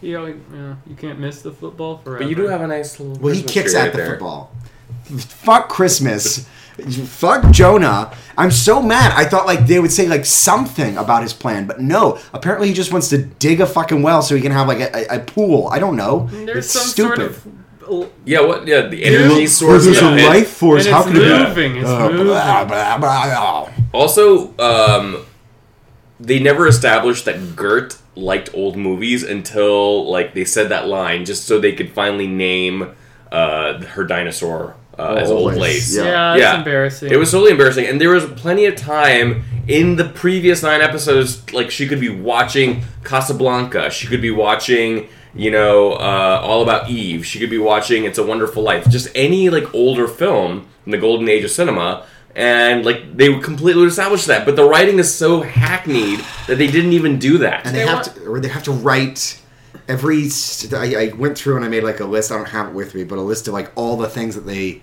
S3: you, know, yeah, you can't miss the football forever.
S2: but you do have a nice little.
S1: Well, he
S2: Christmas
S1: kicks
S2: tree
S1: at
S2: right
S1: the
S2: there.
S1: football. Fuck Christmas. Fuck Jonah. I'm so mad. I thought like they would say like something about his plan, but no. Apparently, he just wants to dig a fucking well so he can have like a, a, a pool. I don't know.
S3: There's
S1: it's
S3: some
S1: stupid.
S3: sort of
S2: Yeah, what? Yeah, the energy source.
S1: There's a
S2: of it.
S1: life force.
S3: and
S1: How
S3: it's
S1: can it be?
S3: moving. It's
S2: Oh,
S1: Uh,
S3: moving.
S1: blah, blah, blah, blah.
S2: Also, um, they never established that Gert liked old movies until like they said that line just so they could finally name uh, her dinosaur uh, as
S1: Old
S2: Old
S1: Lace,
S2: Lace.
S1: yeah.
S3: yeah, it's
S2: Yeah.
S3: embarrassing.
S2: It was totally embarrassing, and there was plenty of time in the previous nine episodes. Like she could be watching Casablanca, she could be watching, you know, uh, All About Eve, she could be watching It's a Wonderful Life, just any like older film in the golden age of cinema, and like they would completely establish that. But the writing is so hackneyed that they didn't even do that.
S4: and they,
S3: They
S4: have
S3: want-
S4: to or they have to write every st- I, I went through and i made like a list i don't have it with me but a list of like all the things that they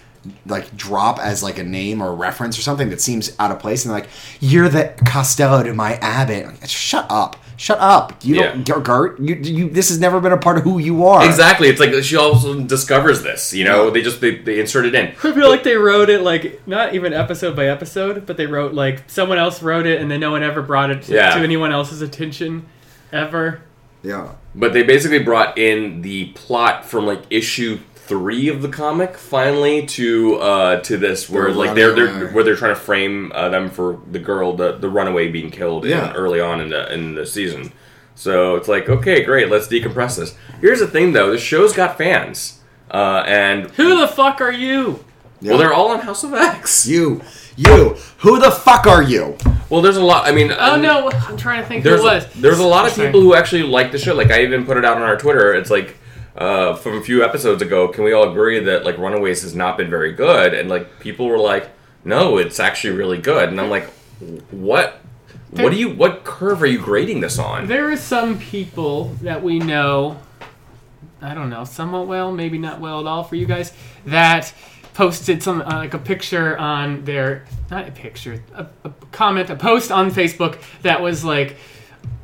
S4: like drop as like a name or a reference or something that seems out of place and like
S1: You're the Costello to my Abbott. Like, Shut up. Shut up. You don't,
S2: Yeah.
S1: Gert. You, you. This has never been a part of who you are.
S2: Exactly. It's like she also discovers this. You know, they just they, they insert it in.
S3: I feel like they wrote it like not even episode by episode, but they wrote like someone else wrote it and then no one ever brought it to,
S2: Yeah.
S3: to anyone else's attention ever.
S4: yeah
S2: But they basically brought in the plot from like issue three of the comic finally to uh, to this where
S4: The
S2: like they're they're
S4: runaway.
S2: where they're trying to frame uh, them for the girl the the runaway being killed in-
S4: Yeah.
S2: early on in the in the season. So it's like okay, great, let's decompress this. Here's the thing though, the show's got fans, uh, and
S3: Who the fuck are you?
S2: well, they're all on House of X.
S1: You. You. Who the fuck are you?
S2: well, there's a lot. I mean,
S3: Oh no, I'm trying to think who
S2: there's
S3: it was.
S2: there's a lot of
S3: Sorry.
S2: people who actually like the show. Like I even put it out on our Twitter. It's like uh, from a few episodes ago. Can we all agree that like Runaways has not been very good? And like people were like, no, it's actually really good. And I'm like, what? What do you? What curve are you grading this on?
S3: There are some people that we know, I don't know, somewhat well, maybe not well at all for you guys, that posted some uh, like a picture on their not a picture, a, a comment, a post on Facebook that was like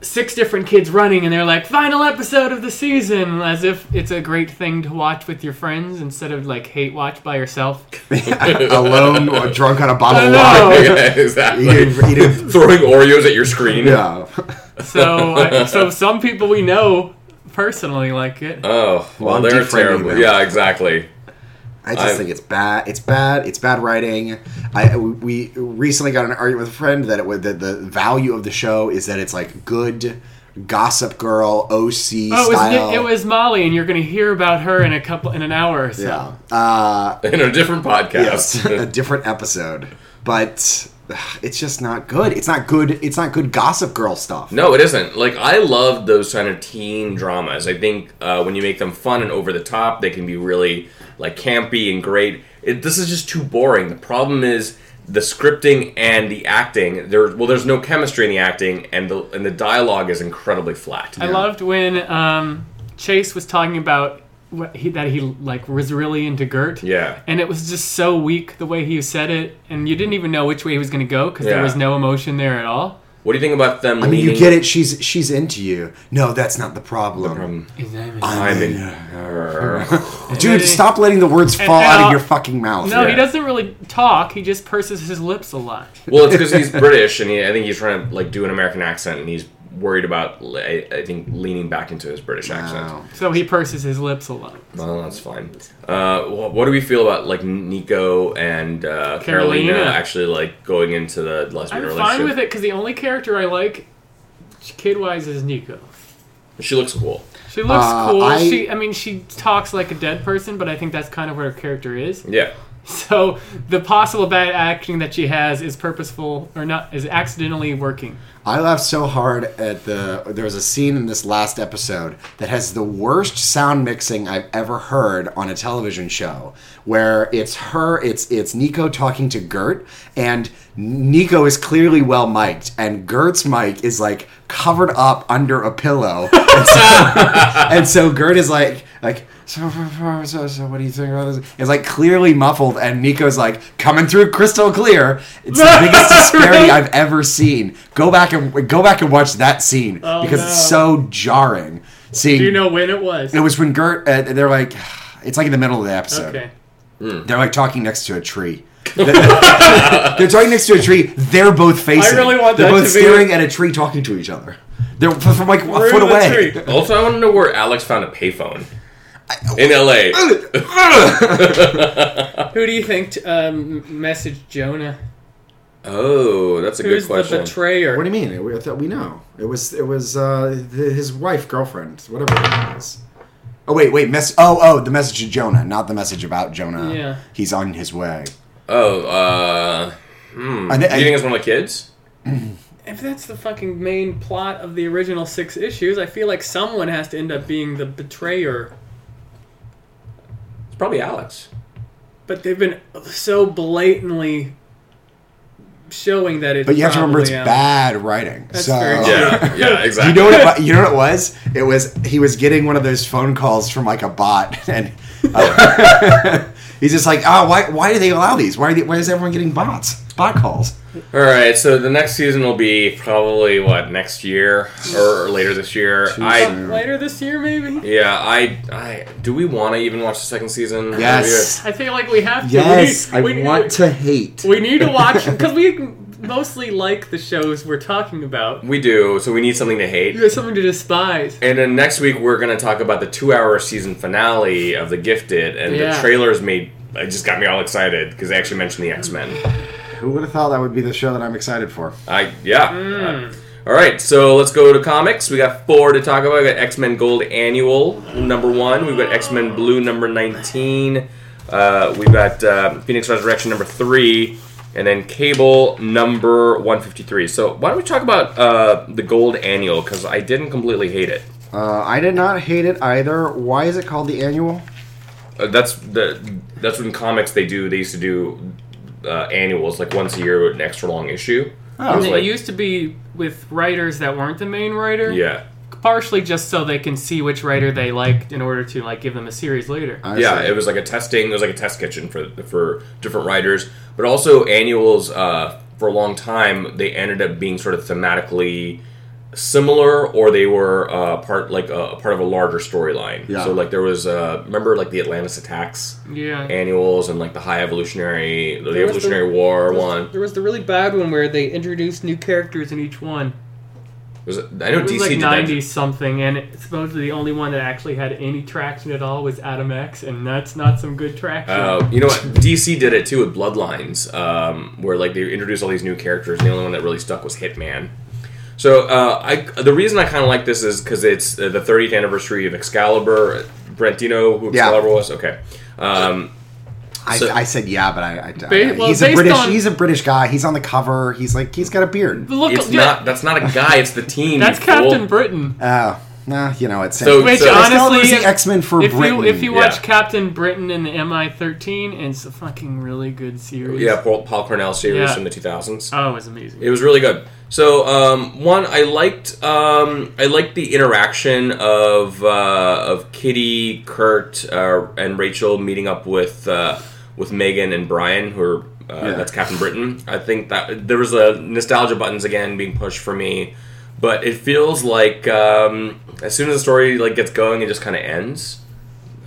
S3: six different kids running and they're like final episode of the season as if it's a great thing to watch with your friends instead of like hate watch by yourself.
S1: Alone or drunk on a
S3: I
S1: bottle of wine.
S3: know.
S2: yeah, exactly.
S1: Eating- eating-
S2: Throwing Oreos at your screen.
S1: Yeah.
S3: So I, so some people we know personally like it.
S2: Oh, well,
S1: I'm
S2: they're
S1: defriending
S2: terrible.
S1: them.
S2: Yeah, exactly.
S1: I just
S2: I-
S1: think it's bad. It's bad. It's bad writing. I we recently got in an argument with a friend that it would that the value of the show is that it's like good gossip girl OC
S3: Oh, it was,
S1: style.
S3: it was Molly, and you're going to hear about her in a couple in an hour or so.
S1: yeah. Uh,
S2: In a different
S1: yes,
S2: podcast.
S1: a different episode, but ugh, it's just not good. It's not good. It's not good gossip girl stuff.
S2: No, it isn't. Like I love those kind of teen dramas. I think uh, when you make them fun and over the top, they can be really like campy and great. It, this is just too boring. The problem is the scripting and the acting. There, well, there's no chemistry in the acting, and the and the dialogue is incredibly flat.
S3: I loved when um, Chase was talking about what he, that he like was really into Gert.
S2: Yeah.
S3: and it was just so weak the way he said it, and you didn't even know which way he was going to go because there
S2: Yeah.
S3: was no emotion there at all.
S2: What do you think about them?
S1: I mean, you get it. She's she's into you. No, that's not the problem.
S2: I'm in.
S1: Dude, stop letting the words fall
S3: and
S1: out
S3: I'll-
S1: of your fucking mouth.
S3: No, he
S2: Yeah.
S3: doesn't really talk. He just purses his lips a lot.
S2: well, it's because he's British, and he, I think he's trying to like do an American accent, and he's worried about I, I think leaning back into his British accent.
S1: Wow.
S3: So he purses his lips a lot.
S2: Well, that's fine. Uh, wh- what do we feel about like Nico and uh, Carolina.
S3: Carolina.
S2: actually like going into the lesbian
S3: I'm
S2: relationship?
S3: fine with it because the only character I like Kid wise is Nico.
S2: She looks cool.
S3: She looks
S1: Uh,
S3: cool.
S1: I-
S3: she, I mean, she talks like a dead person, but I think that's kind of what her character is.
S2: Yeah.
S3: So the possible bad acting that she has is purposeful or not is accidentally working.
S1: I laughed so hard at the. There was a scene in this last episode that has the worst sound mixing I've ever heard on a television show, where it's her, it's it's Nico talking to Gert, and Nico is clearly well mic'd, and Gert's mic is like covered up under a pillow, and so, and so Gert is like like. So, so, so, what do you think about this? It's like clearly muffled, and Nico's like coming through crystal clear. It's the biggest disparity
S3: Right?
S1: I've ever seen. Go back and go back and watch that scene
S3: Oh,
S1: because it's so jarring. Seeing
S3: Do you know when it was?
S1: it was when Gert uh, they're like, it's like in the middle of the episode.
S3: Okay.
S1: They're like talking next to a tree. they're talking next to a tree. They're both facing.
S3: really want
S1: they're
S3: that
S1: both
S3: to be-
S1: staring at a tree, talking to each other. They're f- from like a foot
S3: the
S1: away.
S3: tree.
S2: Also, I want to know where Alex found a payphone in L.A.
S3: Who do you think t- um, messaged Jonah?
S2: Oh, that's a good
S3: Who's the
S2: question.
S3: betrayer?
S4: What do you mean? We, I thought we know. It was it was uh, th- his wife, girlfriend, whatever it was.
S1: Oh wait, wait. Mess. Oh, oh. The message to Jonah, not the message about Jonah.
S3: Yeah.
S1: He's on his way.
S2: oh, uh, hmm.
S1: I
S2: Do
S1: thi-
S2: you
S1: I-
S2: think it's one of the kids?
S3: if that's the fucking main plot of the original six issues, I feel like someone has to end up being the betrayer.
S2: It's probably Alex.
S3: But they've been so blatantly showing that it's.
S1: But you have to remember it's
S3: probably, um,
S1: bad writing.
S3: That's
S1: so
S3: very true.
S2: Yeah, yeah, exactly.
S1: You know what? It, wa- you know what it was? It was he was getting one of those phone calls from like a bot, and uh, he's just like, "Oh, why? Why do they allow these? Why? Are they, why is everyone getting bots? Bot calls?
S2: All right, so the next season will be probably what next year or later this year. I
S3: Later this year, maybe.
S2: yeah, I I do we want to even watch the second season?
S1: Yes.
S3: I feel like we have to.
S1: Yes,
S3: we, we-
S1: to hate.
S3: We need to watch because we mostly like the shows we're talking about.
S2: we do. So we need something to hate.
S3: There's something to despise.
S2: And then next week we're gonna talk about the two-hour season finale of The Gifted, and
S3: Yeah.
S2: the trailers made it just got me all excited because they actually mentioned the X Men.
S1: Who would have thought that would be the show that I'm excited for?
S2: I yeah.
S3: Mm.
S2: Uh, all right, so let's go to comics. We got four to talk about. We got X Men Gold Annual number one. We've got X Men Blue number nineteen. Uh, we've got uh, Phoenix Resurrection number three, and then Cable number one fifty three. So why don't we talk about uh, the Gold Annual because I didn't completely hate it.
S1: Uh, I did not hate it either. Why is it called the annual?
S2: Uh, that's the that's when comics they do they used to do uh, annuals like once a year with an extra long issue.
S1: Oh.
S2: It
S3: And
S2: was
S3: it
S2: like-
S3: used to be with writers that weren't the main writer.
S2: yeah,
S3: Partially just so they can see which writer they liked in order to like give them a series later.
S1: I
S2: yeah.
S1: see.
S2: It was like a testing. It was like a test kitchen for for different writers, but also annuals. Uh, for a long time, they ended up being sort of thematically similar, or they were uh, part like a part of a larger storyline.
S1: Yeah.
S2: So like there was uh, remember like the Atlantis attacks
S3: yeah.
S2: annuals and like the High Evolutionary the
S3: There was the-
S2: Evolutionary War
S3: there was,
S2: one.
S3: There was the really bad one where they introduced new characters in each one.
S2: Was it, I know
S3: It was
S2: DC
S3: like
S2: did that.
S3: 90 something, and it's supposedly the only one that actually had any traction at all was Adam X, and that's not some good traction.
S2: Uh, you know what? DC did it too with Bloodlines, um, where like they introduced all these new characters. And the only one that really stuck was Hitman. So uh, I, the reason I kind of like this is because it's uh, the 30th anniversary of Excalibur. Brent, do you know who
S1: Yeah.
S2: Excalibur was? Okay. Um,
S1: I,
S2: so-
S1: I said yeah, but I, I, I-
S3: Ba- well,
S1: he's a
S3: based
S1: British.
S3: on-
S1: he's a British guy. He's on the cover. He's like he's got a beard.
S3: But look,
S2: it's
S3: yeah,
S2: not. That's not a guy. It's the team.
S3: that's
S2: you fool.
S3: Captain Britain.
S1: Uh, nah, you know it's
S2: So-
S3: Which
S2: so-
S3: honestly, if,
S1: X Men for
S3: if
S1: Britain.
S3: you if you
S2: yeah.
S3: watch Captain Britain in the MI13, it's a fucking really good series.
S2: Yeah, Paul, Paul Cornell series
S3: Yeah.
S2: from the 2000s.
S3: Oh, it was amazing.
S2: It was really good. So um, one, I liked um, I liked the interaction of uh, of Kitty, Kurt, uh, and Rachel meeting up with uh, with Megan and Brian, who are uh, that's Captain Britain. I think that there was a nostalgia buttons again being pushed for me, but it feels like um, as soon as the story like gets going, it just kind of ends.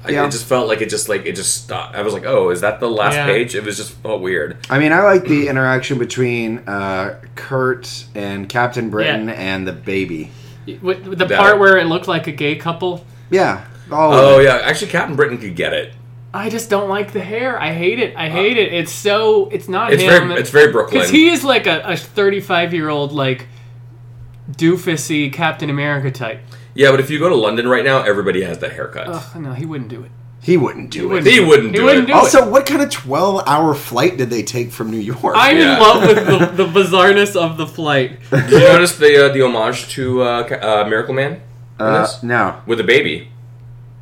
S2: I
S1: Yeah.
S2: It just felt like it just like it just stopped. I was like, oh, is that the last
S3: Yeah.
S2: page? It was just felt weird.
S1: I mean, I like the interaction between uh, Kurt and Captain Britain
S3: Yeah.
S1: and the baby.
S3: With- with the
S2: That-
S3: part where it looked like a gay couple.
S1: Yeah.
S2: Oh
S1: Oh,
S2: yeah, actually, Captain Britain could get it.
S3: I just don't like the hair. I hate it. I hate it. It's so. It's not
S2: Uh, It's
S3: him.
S2: very, it's very Brooklyn.
S3: Because he is like a, a 35 year old, like doofusy Captain America type.
S2: Yeah, but if you go to London right now, everybody has that haircut.
S3: Ugh, no, he wouldn't do it.
S1: He wouldn't do it.
S3: wouldn't
S2: He wouldn't
S3: He
S2: do
S3: wouldn't
S2: it.
S3: do it.
S1: Also, what kind of 12 hour flight did they take from New York?
S3: I'm in
S2: Yeah.
S3: love with the, the bizarreness of the flight.
S2: Did you notice the uh, the homage to uh, Ca- uh, Miracle Man? in
S1: Uh,
S2: this?
S1: no.
S2: With a baby.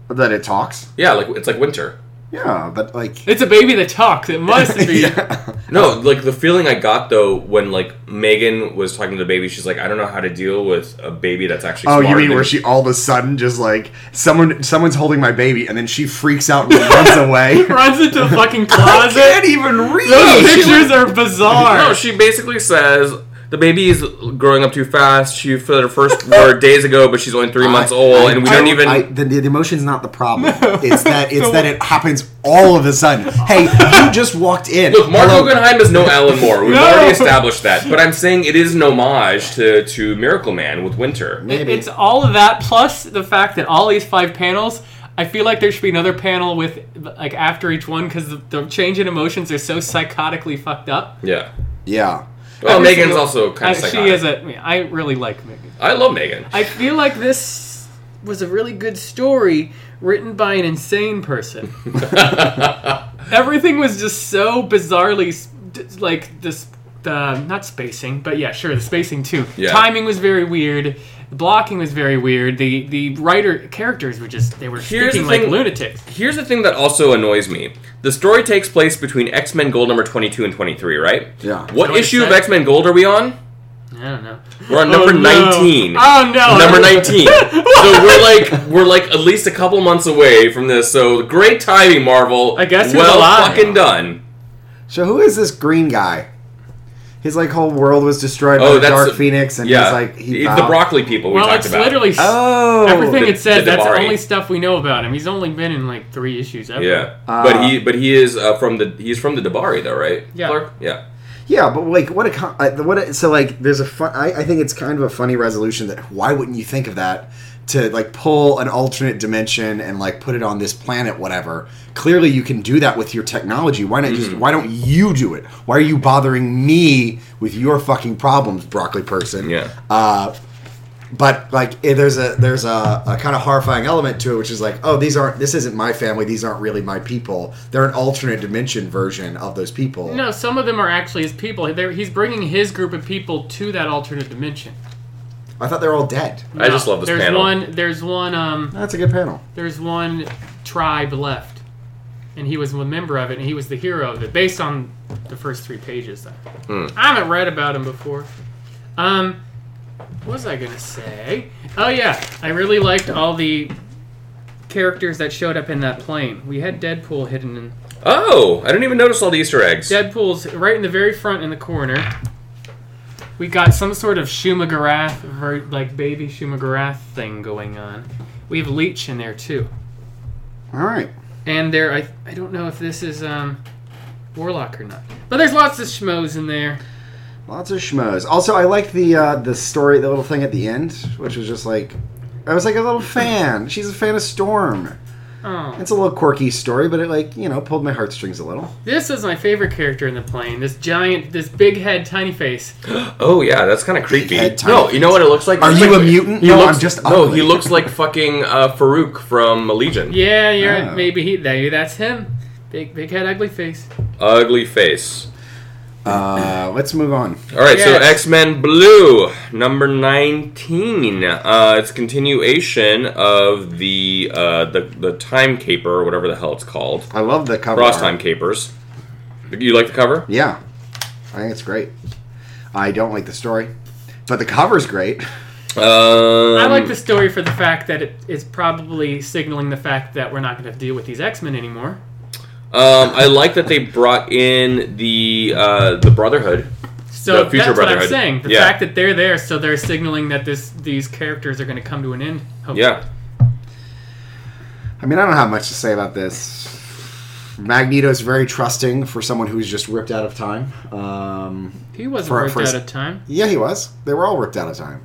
S1: That it talks?
S2: Yeah, like it's like winter.
S1: Yeah, but like.
S3: It's a baby that talks. It must be.
S1: Yeah.
S2: No, like the feeling I got though when like Megan was talking to the baby, she's like, I don't know how to deal with a baby that's actually.
S1: Oh, you
S2: smarter
S1: mean
S2: than
S1: where
S2: me."
S1: she all of a sudden just like someone someone's holding my baby and then she freaks out and runs away?
S3: Runs into the fucking
S1: I
S3: closet.
S1: can't even read.
S3: Those pictures are bizarre.
S2: No, she basically says the baby is growing up too fast. She for her first word days ago, but she's only three months old, and we don't even.
S1: I, the, the emotion's not the problem. It's that it's that it happens all of a sudden. Hey, you just walked in.
S2: Look, Mark
S1: Hello.
S2: Guggenheim is no Alan Moore. We've
S3: No.
S2: already established that. But I'm saying it is an homage to, to Miracle Man with Winter.
S1: Maybe.
S3: It's all of that plus the fact that all these five panels. I feel like there should be another panel with like after each one because the, the change in emotions are so psychotically fucked up.
S2: Yeah.
S1: Yeah.
S2: Well,
S3: Every
S2: Megan's
S3: single-
S2: also kind of
S3: Uh,
S2: psychotic.
S3: she is a. I mean, I really like Megan.
S2: I love Megan.
S3: I feel like this was a really good story written by an insane person. Everything was just so bizarrely s- d- like this uh, not spacing, but yeah, sure, the spacing too.
S2: Yeah.
S3: Timing was very weird. The blocking was very weird. The the writer characters were just they were
S2: Here's
S3: speaking
S2: the
S3: like
S2: thing-
S3: lunatics.
S2: Here's the thing that also annoys me. The story takes place between X Men Gold number 22 and 23, right?
S1: Yeah.
S2: What
S3: Notice
S2: issue of
S3: that.
S2: X Men Gold are we on?
S3: I don't know.
S2: We're on number
S3: Oh, no.
S2: 19.
S3: Oh no.
S2: Number 19. so we're like we're like at least a couple months away from this. So great timing, Marvel.
S3: I guess he was
S2: well
S3: alive.
S2: fucking done.
S1: So who is this green guy? His like whole world was destroyed by
S2: Oh,
S1: the
S2: that's
S1: Dark Phoenix, and
S2: yeah,
S1: he's like he
S2: It's the
S1: bowed.
S2: broccoli people we
S3: Well,
S2: talked
S3: it's
S2: about.
S3: literally s-
S1: Oh,
S3: everything it said.
S2: the
S3: That's the
S2: Davari.
S3: only stuff we know about him. He's only been in like three issues ever.
S2: yeah,
S1: Uh,
S2: but he but he is uh, from the he's from the Debari though, right?
S3: Yeah.
S2: Clark? yeah.
S1: Yeah, but like what a con- I- what a, so like there's a fun. I, I think it's kind of a funny resolution that why wouldn't you think of that to like pull an alternate dimension and like put it on this planet whatever. Clearly you can do that with your technology. Why not just why don't you do it? Why are you bothering me with your fucking problems, broccoli person?
S2: Yeah.
S1: Uh, but like eh, there's a there's a, a kind of horrifying element to it which is like oh these aren't this isn't my family these aren't really my people they're an alternate dimension version of those people
S3: No, some of them are actually his people. They're, he's bringing his group of people to that alternate dimension.
S1: i thought they're all dead
S2: I just love this
S3: there's
S2: panel.
S3: One, there's one. Um,
S1: That's a good panel.
S3: there's one tribe left, and he was a member of it, and he was the hero of it, based on the first three pages.
S2: Hmm.
S3: I haven't read about him before. Um, what was I gonna say? Oh yeah, I really liked all the characters that showed up in that plane. We had Deadpool hidden in
S2: Oh, I didn't even notice all the Easter eggs.
S3: Deadpool's right in the very front in the corner. We got some sort of Shumagarath, ver- like baby Shumagarath thing going on. We have Leech in there too,
S1: All right.
S3: and there I I don't know if this is um Warlock or not, but there's lots of schmoes in there.
S1: Lots of schmoes. Also, I like the uh, the story, the little thing at the end, which was just like, I was like a little fan. She's a fan of Storm.
S3: Oh,
S1: It's a little quirky story, but it like you know pulled my heartstrings a little.
S3: this is my favorite character in the plane. This giant, this big head, tiny face.
S2: Oh yeah, that's kind of creepy.
S1: Head time.
S2: No, you know what it looks like.
S1: Are
S2: It's
S1: you
S2: like-
S1: a mutant?
S2: He
S1: No,
S2: looks,
S1: I'm just
S2: no.
S1: ugly.
S2: He looks like fucking uh, Farouk from Legion.
S3: Yeah, you're
S1: Oh.
S3: maybe he maybe that's him. Big big head, ugly face.
S2: Ugly face.
S1: Uh, let's move on.
S2: All right, so
S3: Yes.
S2: X Men Blue number nineteen. Uh, it's continuation of the uh, the the Time Caper, or whatever the hell it's called,
S1: I love the cover.
S2: Cross
S1: art.
S2: Time Capers. You like the cover?
S1: Yeah, I think it's great. I don't like the story, but the cover's great.
S2: Um,
S3: I like the story for the fact that it is probably signaling the fact that we're not going to deal with these X Men anymore.
S2: Um, I like that they brought in the uh, the Brotherhood.
S3: So
S2: The future
S3: that's what I'm
S2: Brotherhood.
S3: saying. The
S2: Yeah.
S3: fact that they're there, so they're signaling that this these characters are going to come to an end. Hopefully.
S2: Yeah.
S1: I mean, I don't have much to say about this. Magneto's very trusting for someone who's just ripped out of time. Um,
S3: he wasn't
S1: For-
S3: worked
S1: for-
S3: out of time.
S1: Yeah, he was. They were all ripped out of time.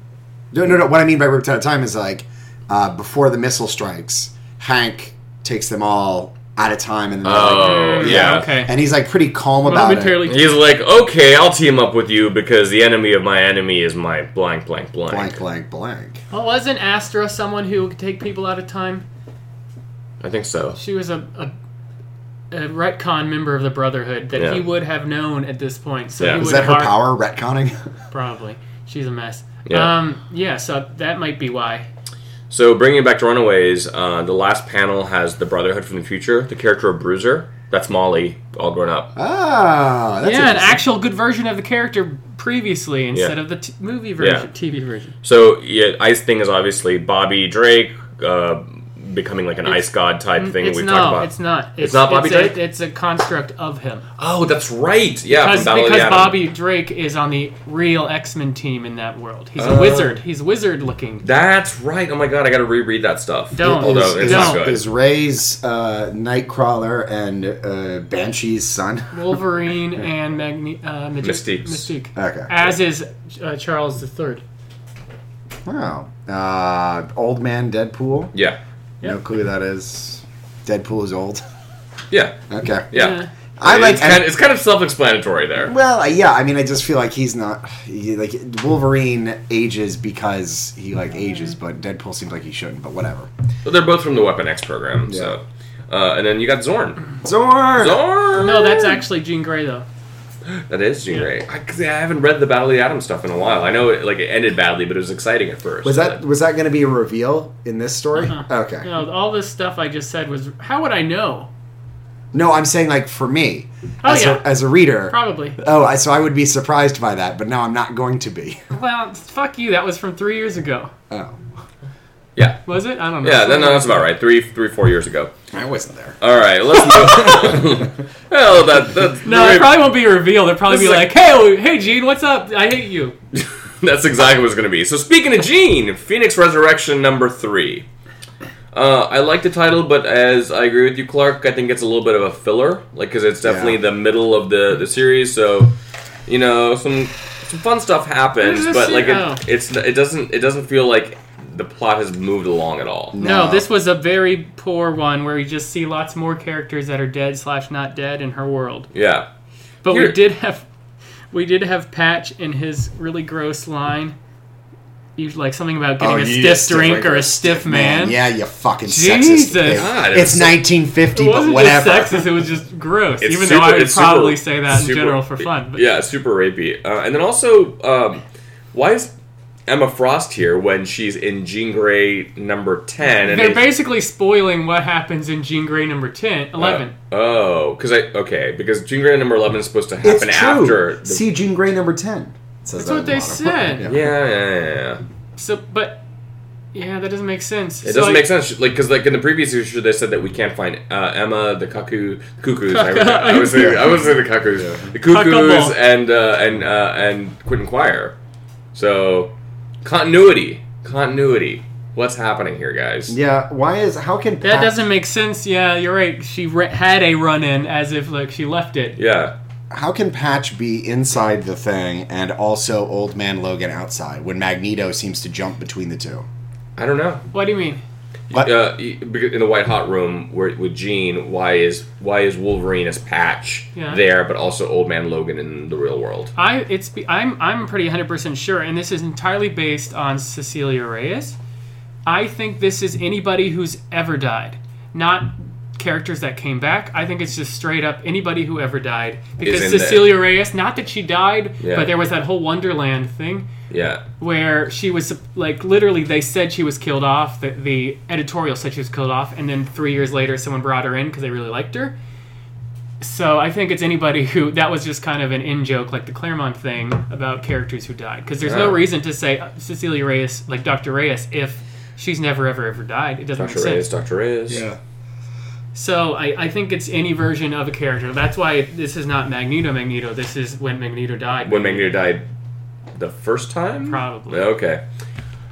S1: No, no, no. What I mean by ripped out of time is like uh, before the missile strikes, Hank takes them all at a time, and then they're like,
S2: Oh, yeah.
S3: Mm, Okay.
S1: and he's like pretty calm about it.
S3: Momentarily.
S2: He's like, okay, I'll team up with you because the enemy of my enemy is my blank, blank, blank.
S1: Blank, blank, blank.
S3: Well, wasn't Astra someone who could take people out of time?
S2: I think so.
S3: She was a, a, a retcon member of the Brotherhood that
S2: Yeah.
S3: he would have known at this point. So
S2: Yeah.
S3: he
S2: Is
S1: Is
S3: would
S1: that her
S3: har-
S1: power retconning?
S3: Probably. She's a mess.
S2: Yeah.
S3: Um, yeah, so that might be why.
S2: So bringing it back to Runaways, uh, the last panel has the Brotherhood from the future, the character of Bruiser. That's Molly, all grown up.
S1: ah, that's
S3: yeah, an
S1: interesting.
S3: actual good version of the character previously instead of the t- movie version,
S2: Yeah.
S3: TV version.
S2: So yeah, Ice Thing is obviously Bobby Drake uh, becoming like an
S3: It's-
S2: ice god type thing
S3: It's
S2: we've
S3: no,
S2: talked about.
S3: it's not. It's,
S2: not Bobby
S3: it's
S2: Drake?
S3: A, it's a construct of him
S2: Oh, that's right. Yeah,
S3: because,
S2: from Battle of the
S3: because
S2: Atom.
S3: Bobby Drake is on the real X Men team in that world. He's a
S2: Uh,
S3: wizard. He's wizard looking.
S2: That's right. Oh my god, I gotta reread that stuff.
S3: Don't.
S2: Although it's not
S3: Don't.
S2: good.
S1: Is Ray's uh, Nightcrawler and uh, Banshee's son?
S3: Wolverine and Magne- uh, Magi-
S2: Mystique's.
S3: Mystique.
S1: Okay.
S3: As is uh, Charles the Third.
S1: Wow. Uh, old man Deadpool.
S2: Yeah,
S1: No clue who that is. Deadpool is old.
S2: yeah,
S1: Okay.
S2: yeah.
S1: I like.
S2: it's kind, of, it's kind of self-explanatory there.
S1: well, yeah. I mean, I just feel like he's not he, like Wolverine ages because he like ages, but Deadpool seems like he shouldn't. But whatever.
S2: But they're both from the Weapon X program. So, uh, and then you got Zorn.
S1: Zorn.
S2: Zorn.
S3: No, that's actually Jean Grey though.
S2: That is Jean Grey. I, 'cause I haven't read the Battle of the Atom stuff in a while. I know it, like it ended badly, but it was exciting at first.
S4: Was that
S2: But-
S4: was that going to be a reveal in this story? Okay.
S3: No, all this stuff I just said was. How would I know?
S1: No, I'm saying like for me,
S3: Oh,
S1: as,
S3: yeah.
S1: a, as a reader.
S3: Probably.
S1: Oh, I, so I would be surprised by that, but now I'm not going to be.
S3: Well, fuck you. That was from three years ago.
S1: Oh,
S2: Yeah,
S3: Was it? I don't know.
S2: yeah. That, no, that's about right. Three, three, four years ago.
S1: I wasn't there.
S2: All right, let's move. well, that that's
S3: No, it probably won't be a reveal. They'll probably
S2: This
S3: be
S2: is
S3: like, "Hey, hey, Gene, what's up? I hate you."
S2: That's exactly what's going to be. So speaking of Gene, Phoenix Resurrection number three. Uh, I like the title, but as I agree with you, Clark, I think it's a little bit of a filler, like because it's definitely
S1: Yeah.
S2: the middle of the, the series. So, you know, some some fun stuff happens,
S3: Where's this
S2: but like
S3: shit- oh.
S2: it, it's it doesn't it doesn't feel like the plot has moved along at all.
S3: No.
S1: No.
S3: this was a very poor one where you just see lots more characters that are dead slash not dead in her world.
S2: Yeah,
S3: But
S2: Here-
S3: we did have, we did have Patch in his really gross line, you like something about getting
S1: Oh,
S3: a
S1: you
S3: stiff
S1: need a stiff
S3: drink
S1: drink
S3: or a stiff man.
S1: yeah, you fucking
S3: Jesus.
S1: sexist. bitch.
S2: God,
S1: it's
S2: it's-
S1: 1950,
S3: It
S1: but
S3: wasn't
S1: whatever.
S3: just sexist; it was just gross.
S2: It's
S3: Even
S2: super-
S3: though I would
S2: it's super-
S3: probably say that in
S2: super-
S3: general for fun. But
S2: Yeah, super rapey. Uh, and then also, um, why is Emma Frost here when she's in Jean Grey number ten? And
S3: They're
S2: they-
S3: basically spoiling what happens in Jean Grey number 10, 11.
S2: Uh, oh, because I okay because Jean Grey number eleven is supposed to happen
S1: It's
S2: after.
S1: true.
S2: The,
S1: See Jean Grey number ten.
S4: Says
S3: That's
S4: that
S3: what
S4: in
S3: they
S4: a lot of-
S3: said.
S2: yeah, yeah, yeah, yeah.
S3: So, but yeah, that doesn't make sense.
S2: It doesn't make sense. Like because like in the previous issue they said that we can't find uh, Emma the cuckoo cuckoos. I, I was saying I was saying the cuckoos, the cuckoos
S3: Cuckable.
S2: and uh, and uh, and Quentin Quire. So continuity, continuity. What's happening here, guys?
S1: Yeah, why is how can
S3: That
S1: Pat-
S3: doesn't make sense. Yeah, you're right. She re- had a run in as if like she left it.
S2: Yeah.
S1: how can Patch be inside the thing and also Old Man Logan outside when Magneto seems to jump between the two?
S2: I don't know.
S3: What do you mean?
S1: But
S2: Uh, e- because in the white hot room where with Jean, why is why is Wolverine as Patch
S3: Yeah.
S2: there, but also Old Man Logan in the real world?
S3: I it's be- I'm I'm pretty 100% sure and this is entirely based on Cecilia Reyes. I think this is anybody who's ever died, not characters that came back. I think it's just straight up anybody who ever died because
S2: in there.
S3: Cecilia Reyes, not that she died,
S2: Yeah.
S3: but there was that whole Wonderland thing.
S2: Yeah,
S3: where she was like literally they said she was killed off the, the editorial said she was killed off and then three years later someone brought her in because they really liked her so i think it's anybody who that was just kind of an in-joke like the claremont thing about characters who died because there's no
S2: Yeah.
S3: reason to say uh, cecilia reyes like dr reyes if she's never ever ever died it doesn't
S2: Doctor
S3: make
S2: Reyes,
S3: sense
S2: Doctor Reyes.
S3: so I, I think it's any version of a character that's why this is not magneto magneto this is when magneto died
S2: When Magneto died, the first time,
S3: Probably.
S2: Okay.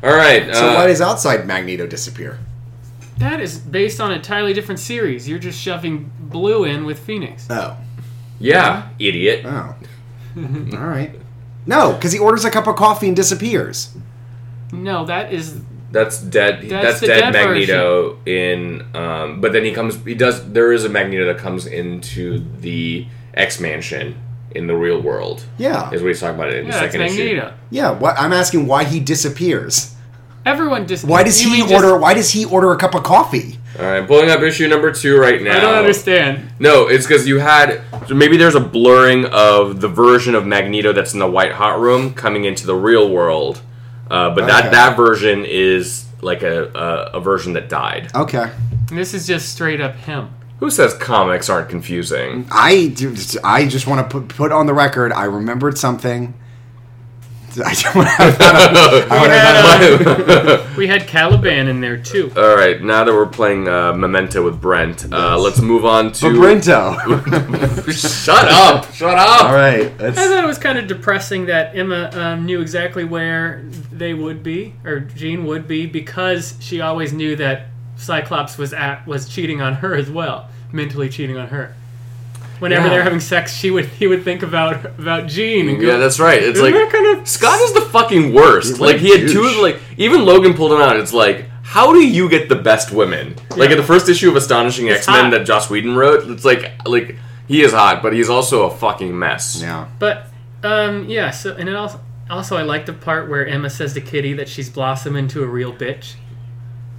S2: All right.
S1: so
S2: uh,
S1: why does outside Magneto disappear?
S3: That is based on an entirely different series. You're just shoving Blue in with Phoenix.
S1: Oh,
S2: yeah, idiot.
S1: oh, all right. No, because he orders a cup of coffee and disappears.
S3: No, that is
S2: That's dead.
S3: That's
S2: That's,
S3: the
S2: dead,
S3: dead
S2: Magneto in. Um, but then he comes. He does. There is a Magneto that comes into the X Mansion in the real world.
S1: Yeah.
S2: is what he's talking about in the
S3: Yeah, that's
S2: second issue.
S3: Magneto.
S1: Yeah, why I'm asking why he disappears.
S3: Everyone just.
S1: Why does
S3: you
S1: he
S3: mean
S1: order?
S3: just-
S1: why does he order a cup of coffee?
S2: All right, pulling up issue number two right now.
S3: I don't understand.
S2: No, it's because you had so maybe there's a blurring of the version of Magneto that's in the White Hot Room coming into the real world, uh, but
S1: Okay.
S2: that that version is like a, a a version that died.
S1: Okay,
S3: This is just straight up him.
S2: Who says comics aren't confusing?
S1: I do- I just want to put put on the record. I remembered something. I don't wanna- I wanna-
S3: We had Caliban in there too.
S2: All right, now that we're playing uh, Memento with Brent, uh, let's move on to
S1: Brinto.
S2: Shut up! Shut up!
S1: All right,
S3: I
S1: that's
S3: thought it was kind of depressing that Emma um, knew exactly where they would be, or Jean would be, because she always knew that Cyclops was at was cheating on her as well, mentally cheating on her. Whenever
S2: Yeah.
S3: they're having sex, she would he would think about about Jean and go,
S2: Yeah, that's right. It's like
S3: Isn't that kind of-
S2: Scott is the fucking worst.
S1: what
S2: like
S1: a
S2: he had two
S1: douche.
S2: of like even Logan pulled him out. It's like how do you get the best women? Like
S3: Yeah.
S2: in the first issue of Astonishing X Men
S3: hot.
S2: that Joss Whedon wrote, it's like like he is hot, but he's also a fucking mess.
S1: yeah.
S3: But um, yeah, so and it also also I like the part where Emma says to Kitty that she's blossomed into a real bitch.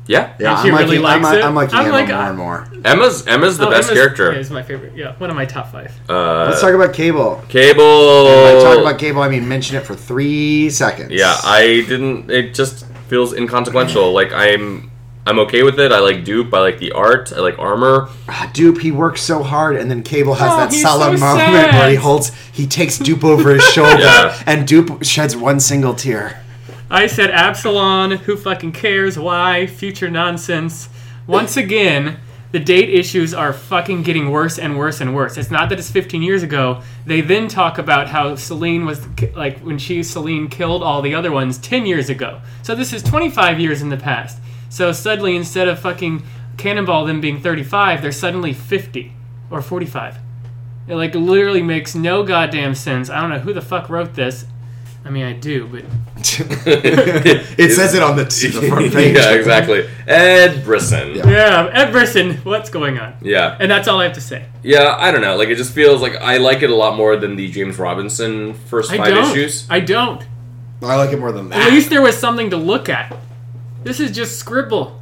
S2: Yeah.
S1: Yeah,
S3: And she really
S1: liking-
S3: likes
S1: I'm,
S3: it.
S1: I'm liking
S3: I'm
S1: Emma
S3: like,
S1: more
S3: I-
S1: and more.
S2: Emma's Emma's the
S3: Oh,
S2: best
S3: Emma's-
S2: character. Uh,
S3: Yeah, is my favorite. Yeah, one of my top five.
S1: Let's talk about Cable.
S2: Cable.
S1: When
S3: Oh.
S1: I talk about Cable, I mean mention it for three seconds.
S2: Yeah, I didn't. It just feels inconsequential. Like I'm. I'm okay with it. I like dupe. I like the art. I like armor.
S1: Ah, Dupe, he works so hard, and then Cable has
S3: Oh,
S1: that
S3: he's
S1: solemn
S3: so
S1: moment
S3: sad.
S1: where he holds, he takes Dupe over his shoulder,
S2: Yeah.
S1: and Dupe sheds one single tear.
S3: I said Absalon, who fucking cares, why, future nonsense. Once again, the date issues are fucking getting worse and worse and worse. It's not that it's 15 years ago. They then talk about how Celine was, like, when she, Celine, killed all the other ones 10 years ago. So this is 25 years in the past. So suddenly, instead of fucking Cannonball them being 35, they're suddenly 50 or 45. It, like, literally makes no goddamn sense. I don't know who the fuck wrote this. I mean, I do, but
S4: It says it on the, t- the front page.
S2: yeah, exactly. Ed Brisson. Yeah.
S3: Yeah, Ed Brisson, what's going on?
S2: yeah,
S3: And that's all I have to say.
S2: I don't know. Like it just feels like I like it a lot more than the James Robinson first
S3: I
S2: five
S3: don't.
S2: issues.
S3: I don't.
S4: I like it more than that.
S3: At least there was something to look at. This is just scribble.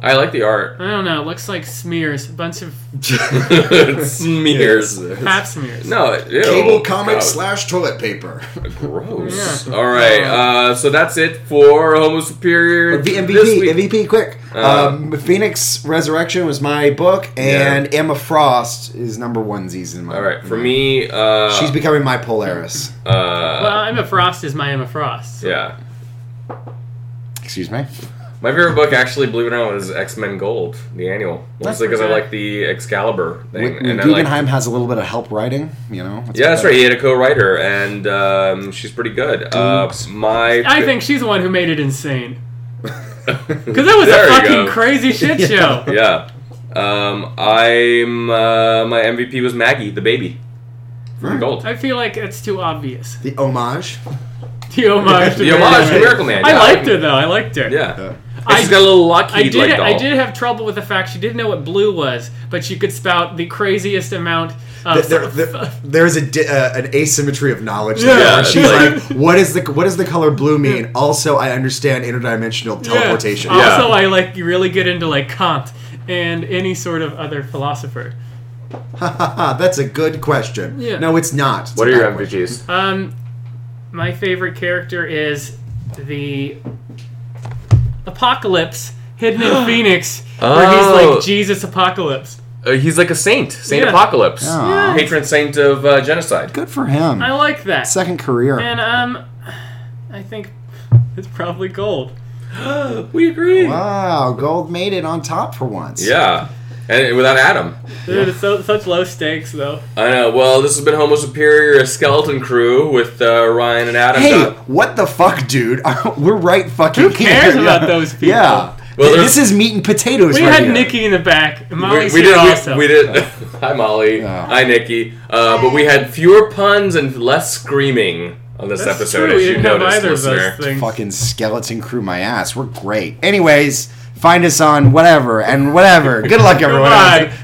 S2: I like the art.
S3: I don't know. It looks like smears, a bunch of
S2: It Smears.
S3: pap smears.
S2: No, ew,
S4: Cable comic
S2: Oh, God,
S4: slash toilet paper.
S2: Gross. All right, uh, so that's it for Homo Superior
S1: V-
S2: this
S1: MVP,
S2: week. Uh,
S1: MVP, quick. um, Phoenix Resurrection was my book, and Emma Frost is number one Z's in my
S2: All right, for
S1: my-
S2: me, uh,
S1: She's becoming my Polaris.
S2: uh,
S3: Well, Emma Frost is my Emma Frost.
S2: yeah.
S1: Excuse me.
S2: My favorite book, actually, believe it or not, was X Men Gold, the annual. Mostly because I
S3: pretty
S2: like the Excalibur thing,
S1: When- when
S2: and I like
S1: Guggenheim has a little bit of help writing, you know. it's
S2: Yeah, that's
S1: better.
S2: right. He had a co-writer, and um, she's pretty good. Uh, my,
S3: I think she's the one who made it insane. Because that was
S2: There
S3: a
S2: you
S3: fucking
S2: go.
S3: crazy shit show.
S2: yeah. Um, I'm uh, my MVP was Maggie, the baby from Gold.
S3: I feel like it's too obvious.
S1: The homage.
S3: The homage. to
S2: The homage to
S3: Mary
S2: Miracle Man.
S3: Jane. I
S2: yeah,
S3: liked her though. I liked her.
S2: Yeah,
S4: Uh,
S1: Yeah.
S2: And
S3: I-
S2: she's got a little
S3: I
S2: lucky
S3: did.
S2: like doll.
S3: I did have trouble with the fact she didn't know what blue was, but she could spout the craziest amount of.
S4: There, there, there's a di- uh, an asymmetry of knowledge.
S3: Yeah.
S4: there.
S2: Yeah,
S4: she's like,
S3: it's
S4: what is the what does the color blue mean? Also, I understand interdimensional teleportation.
S1: Uh,
S3: Yeah.
S2: Yeah.
S3: Also, I like really get into like Kant and any sort of other philosopher.
S4: Ah, that's a good question.
S3: Yeah.
S4: No, it's not. It's
S2: What
S4: a
S2: are your
S4: bad question.
S2: MVPs?
S3: Um, my favorite character is the Apocalypse hidden in Phoenix, where he's
S2: Oh.
S3: like Jesus Apocalypse.
S2: Uh, he's like a saint, Saint
S3: Yeah.
S2: Apocalypse,
S1: Yeah.
S2: patron saint of uh, genocide.
S1: Good for him.
S3: I like that.
S1: Second career.
S3: and um, I think it's probably gold.
S2: We agree.
S1: Wow, Gold made it on top for once.
S2: Yeah, and without Adam.
S3: Dude, it's so, such low stakes though.
S2: I know. Well, this has been Homo Superior, a skeleton crew with uh, Ryan and Adam.
S1: Hey, what the fuck, dude? We're right fucking Who
S3: cares about those people?
S1: Yeah.
S2: Well,
S1: this
S2: there's-
S1: is meat and potatoes
S3: We
S1: right
S3: had
S1: here.
S3: Nikki in the back. and
S2: we,
S3: Molly's
S2: we
S3: here
S2: did.
S3: also.
S2: We, we did. Hi, Molly.
S1: Yeah.
S2: Hi, Nikki. Uh, but we had fewer puns and less screaming on this
S3: That's
S2: episode,
S3: true.
S2: as
S3: We
S2: you
S3: didn't have
S2: noticed,
S3: either of
S2: listener.
S3: those things.
S1: Fucking skeleton crew my ass. We're great. Anyways, find us on whatever and whatever. Good luck, everyone.
S3: Goodbye.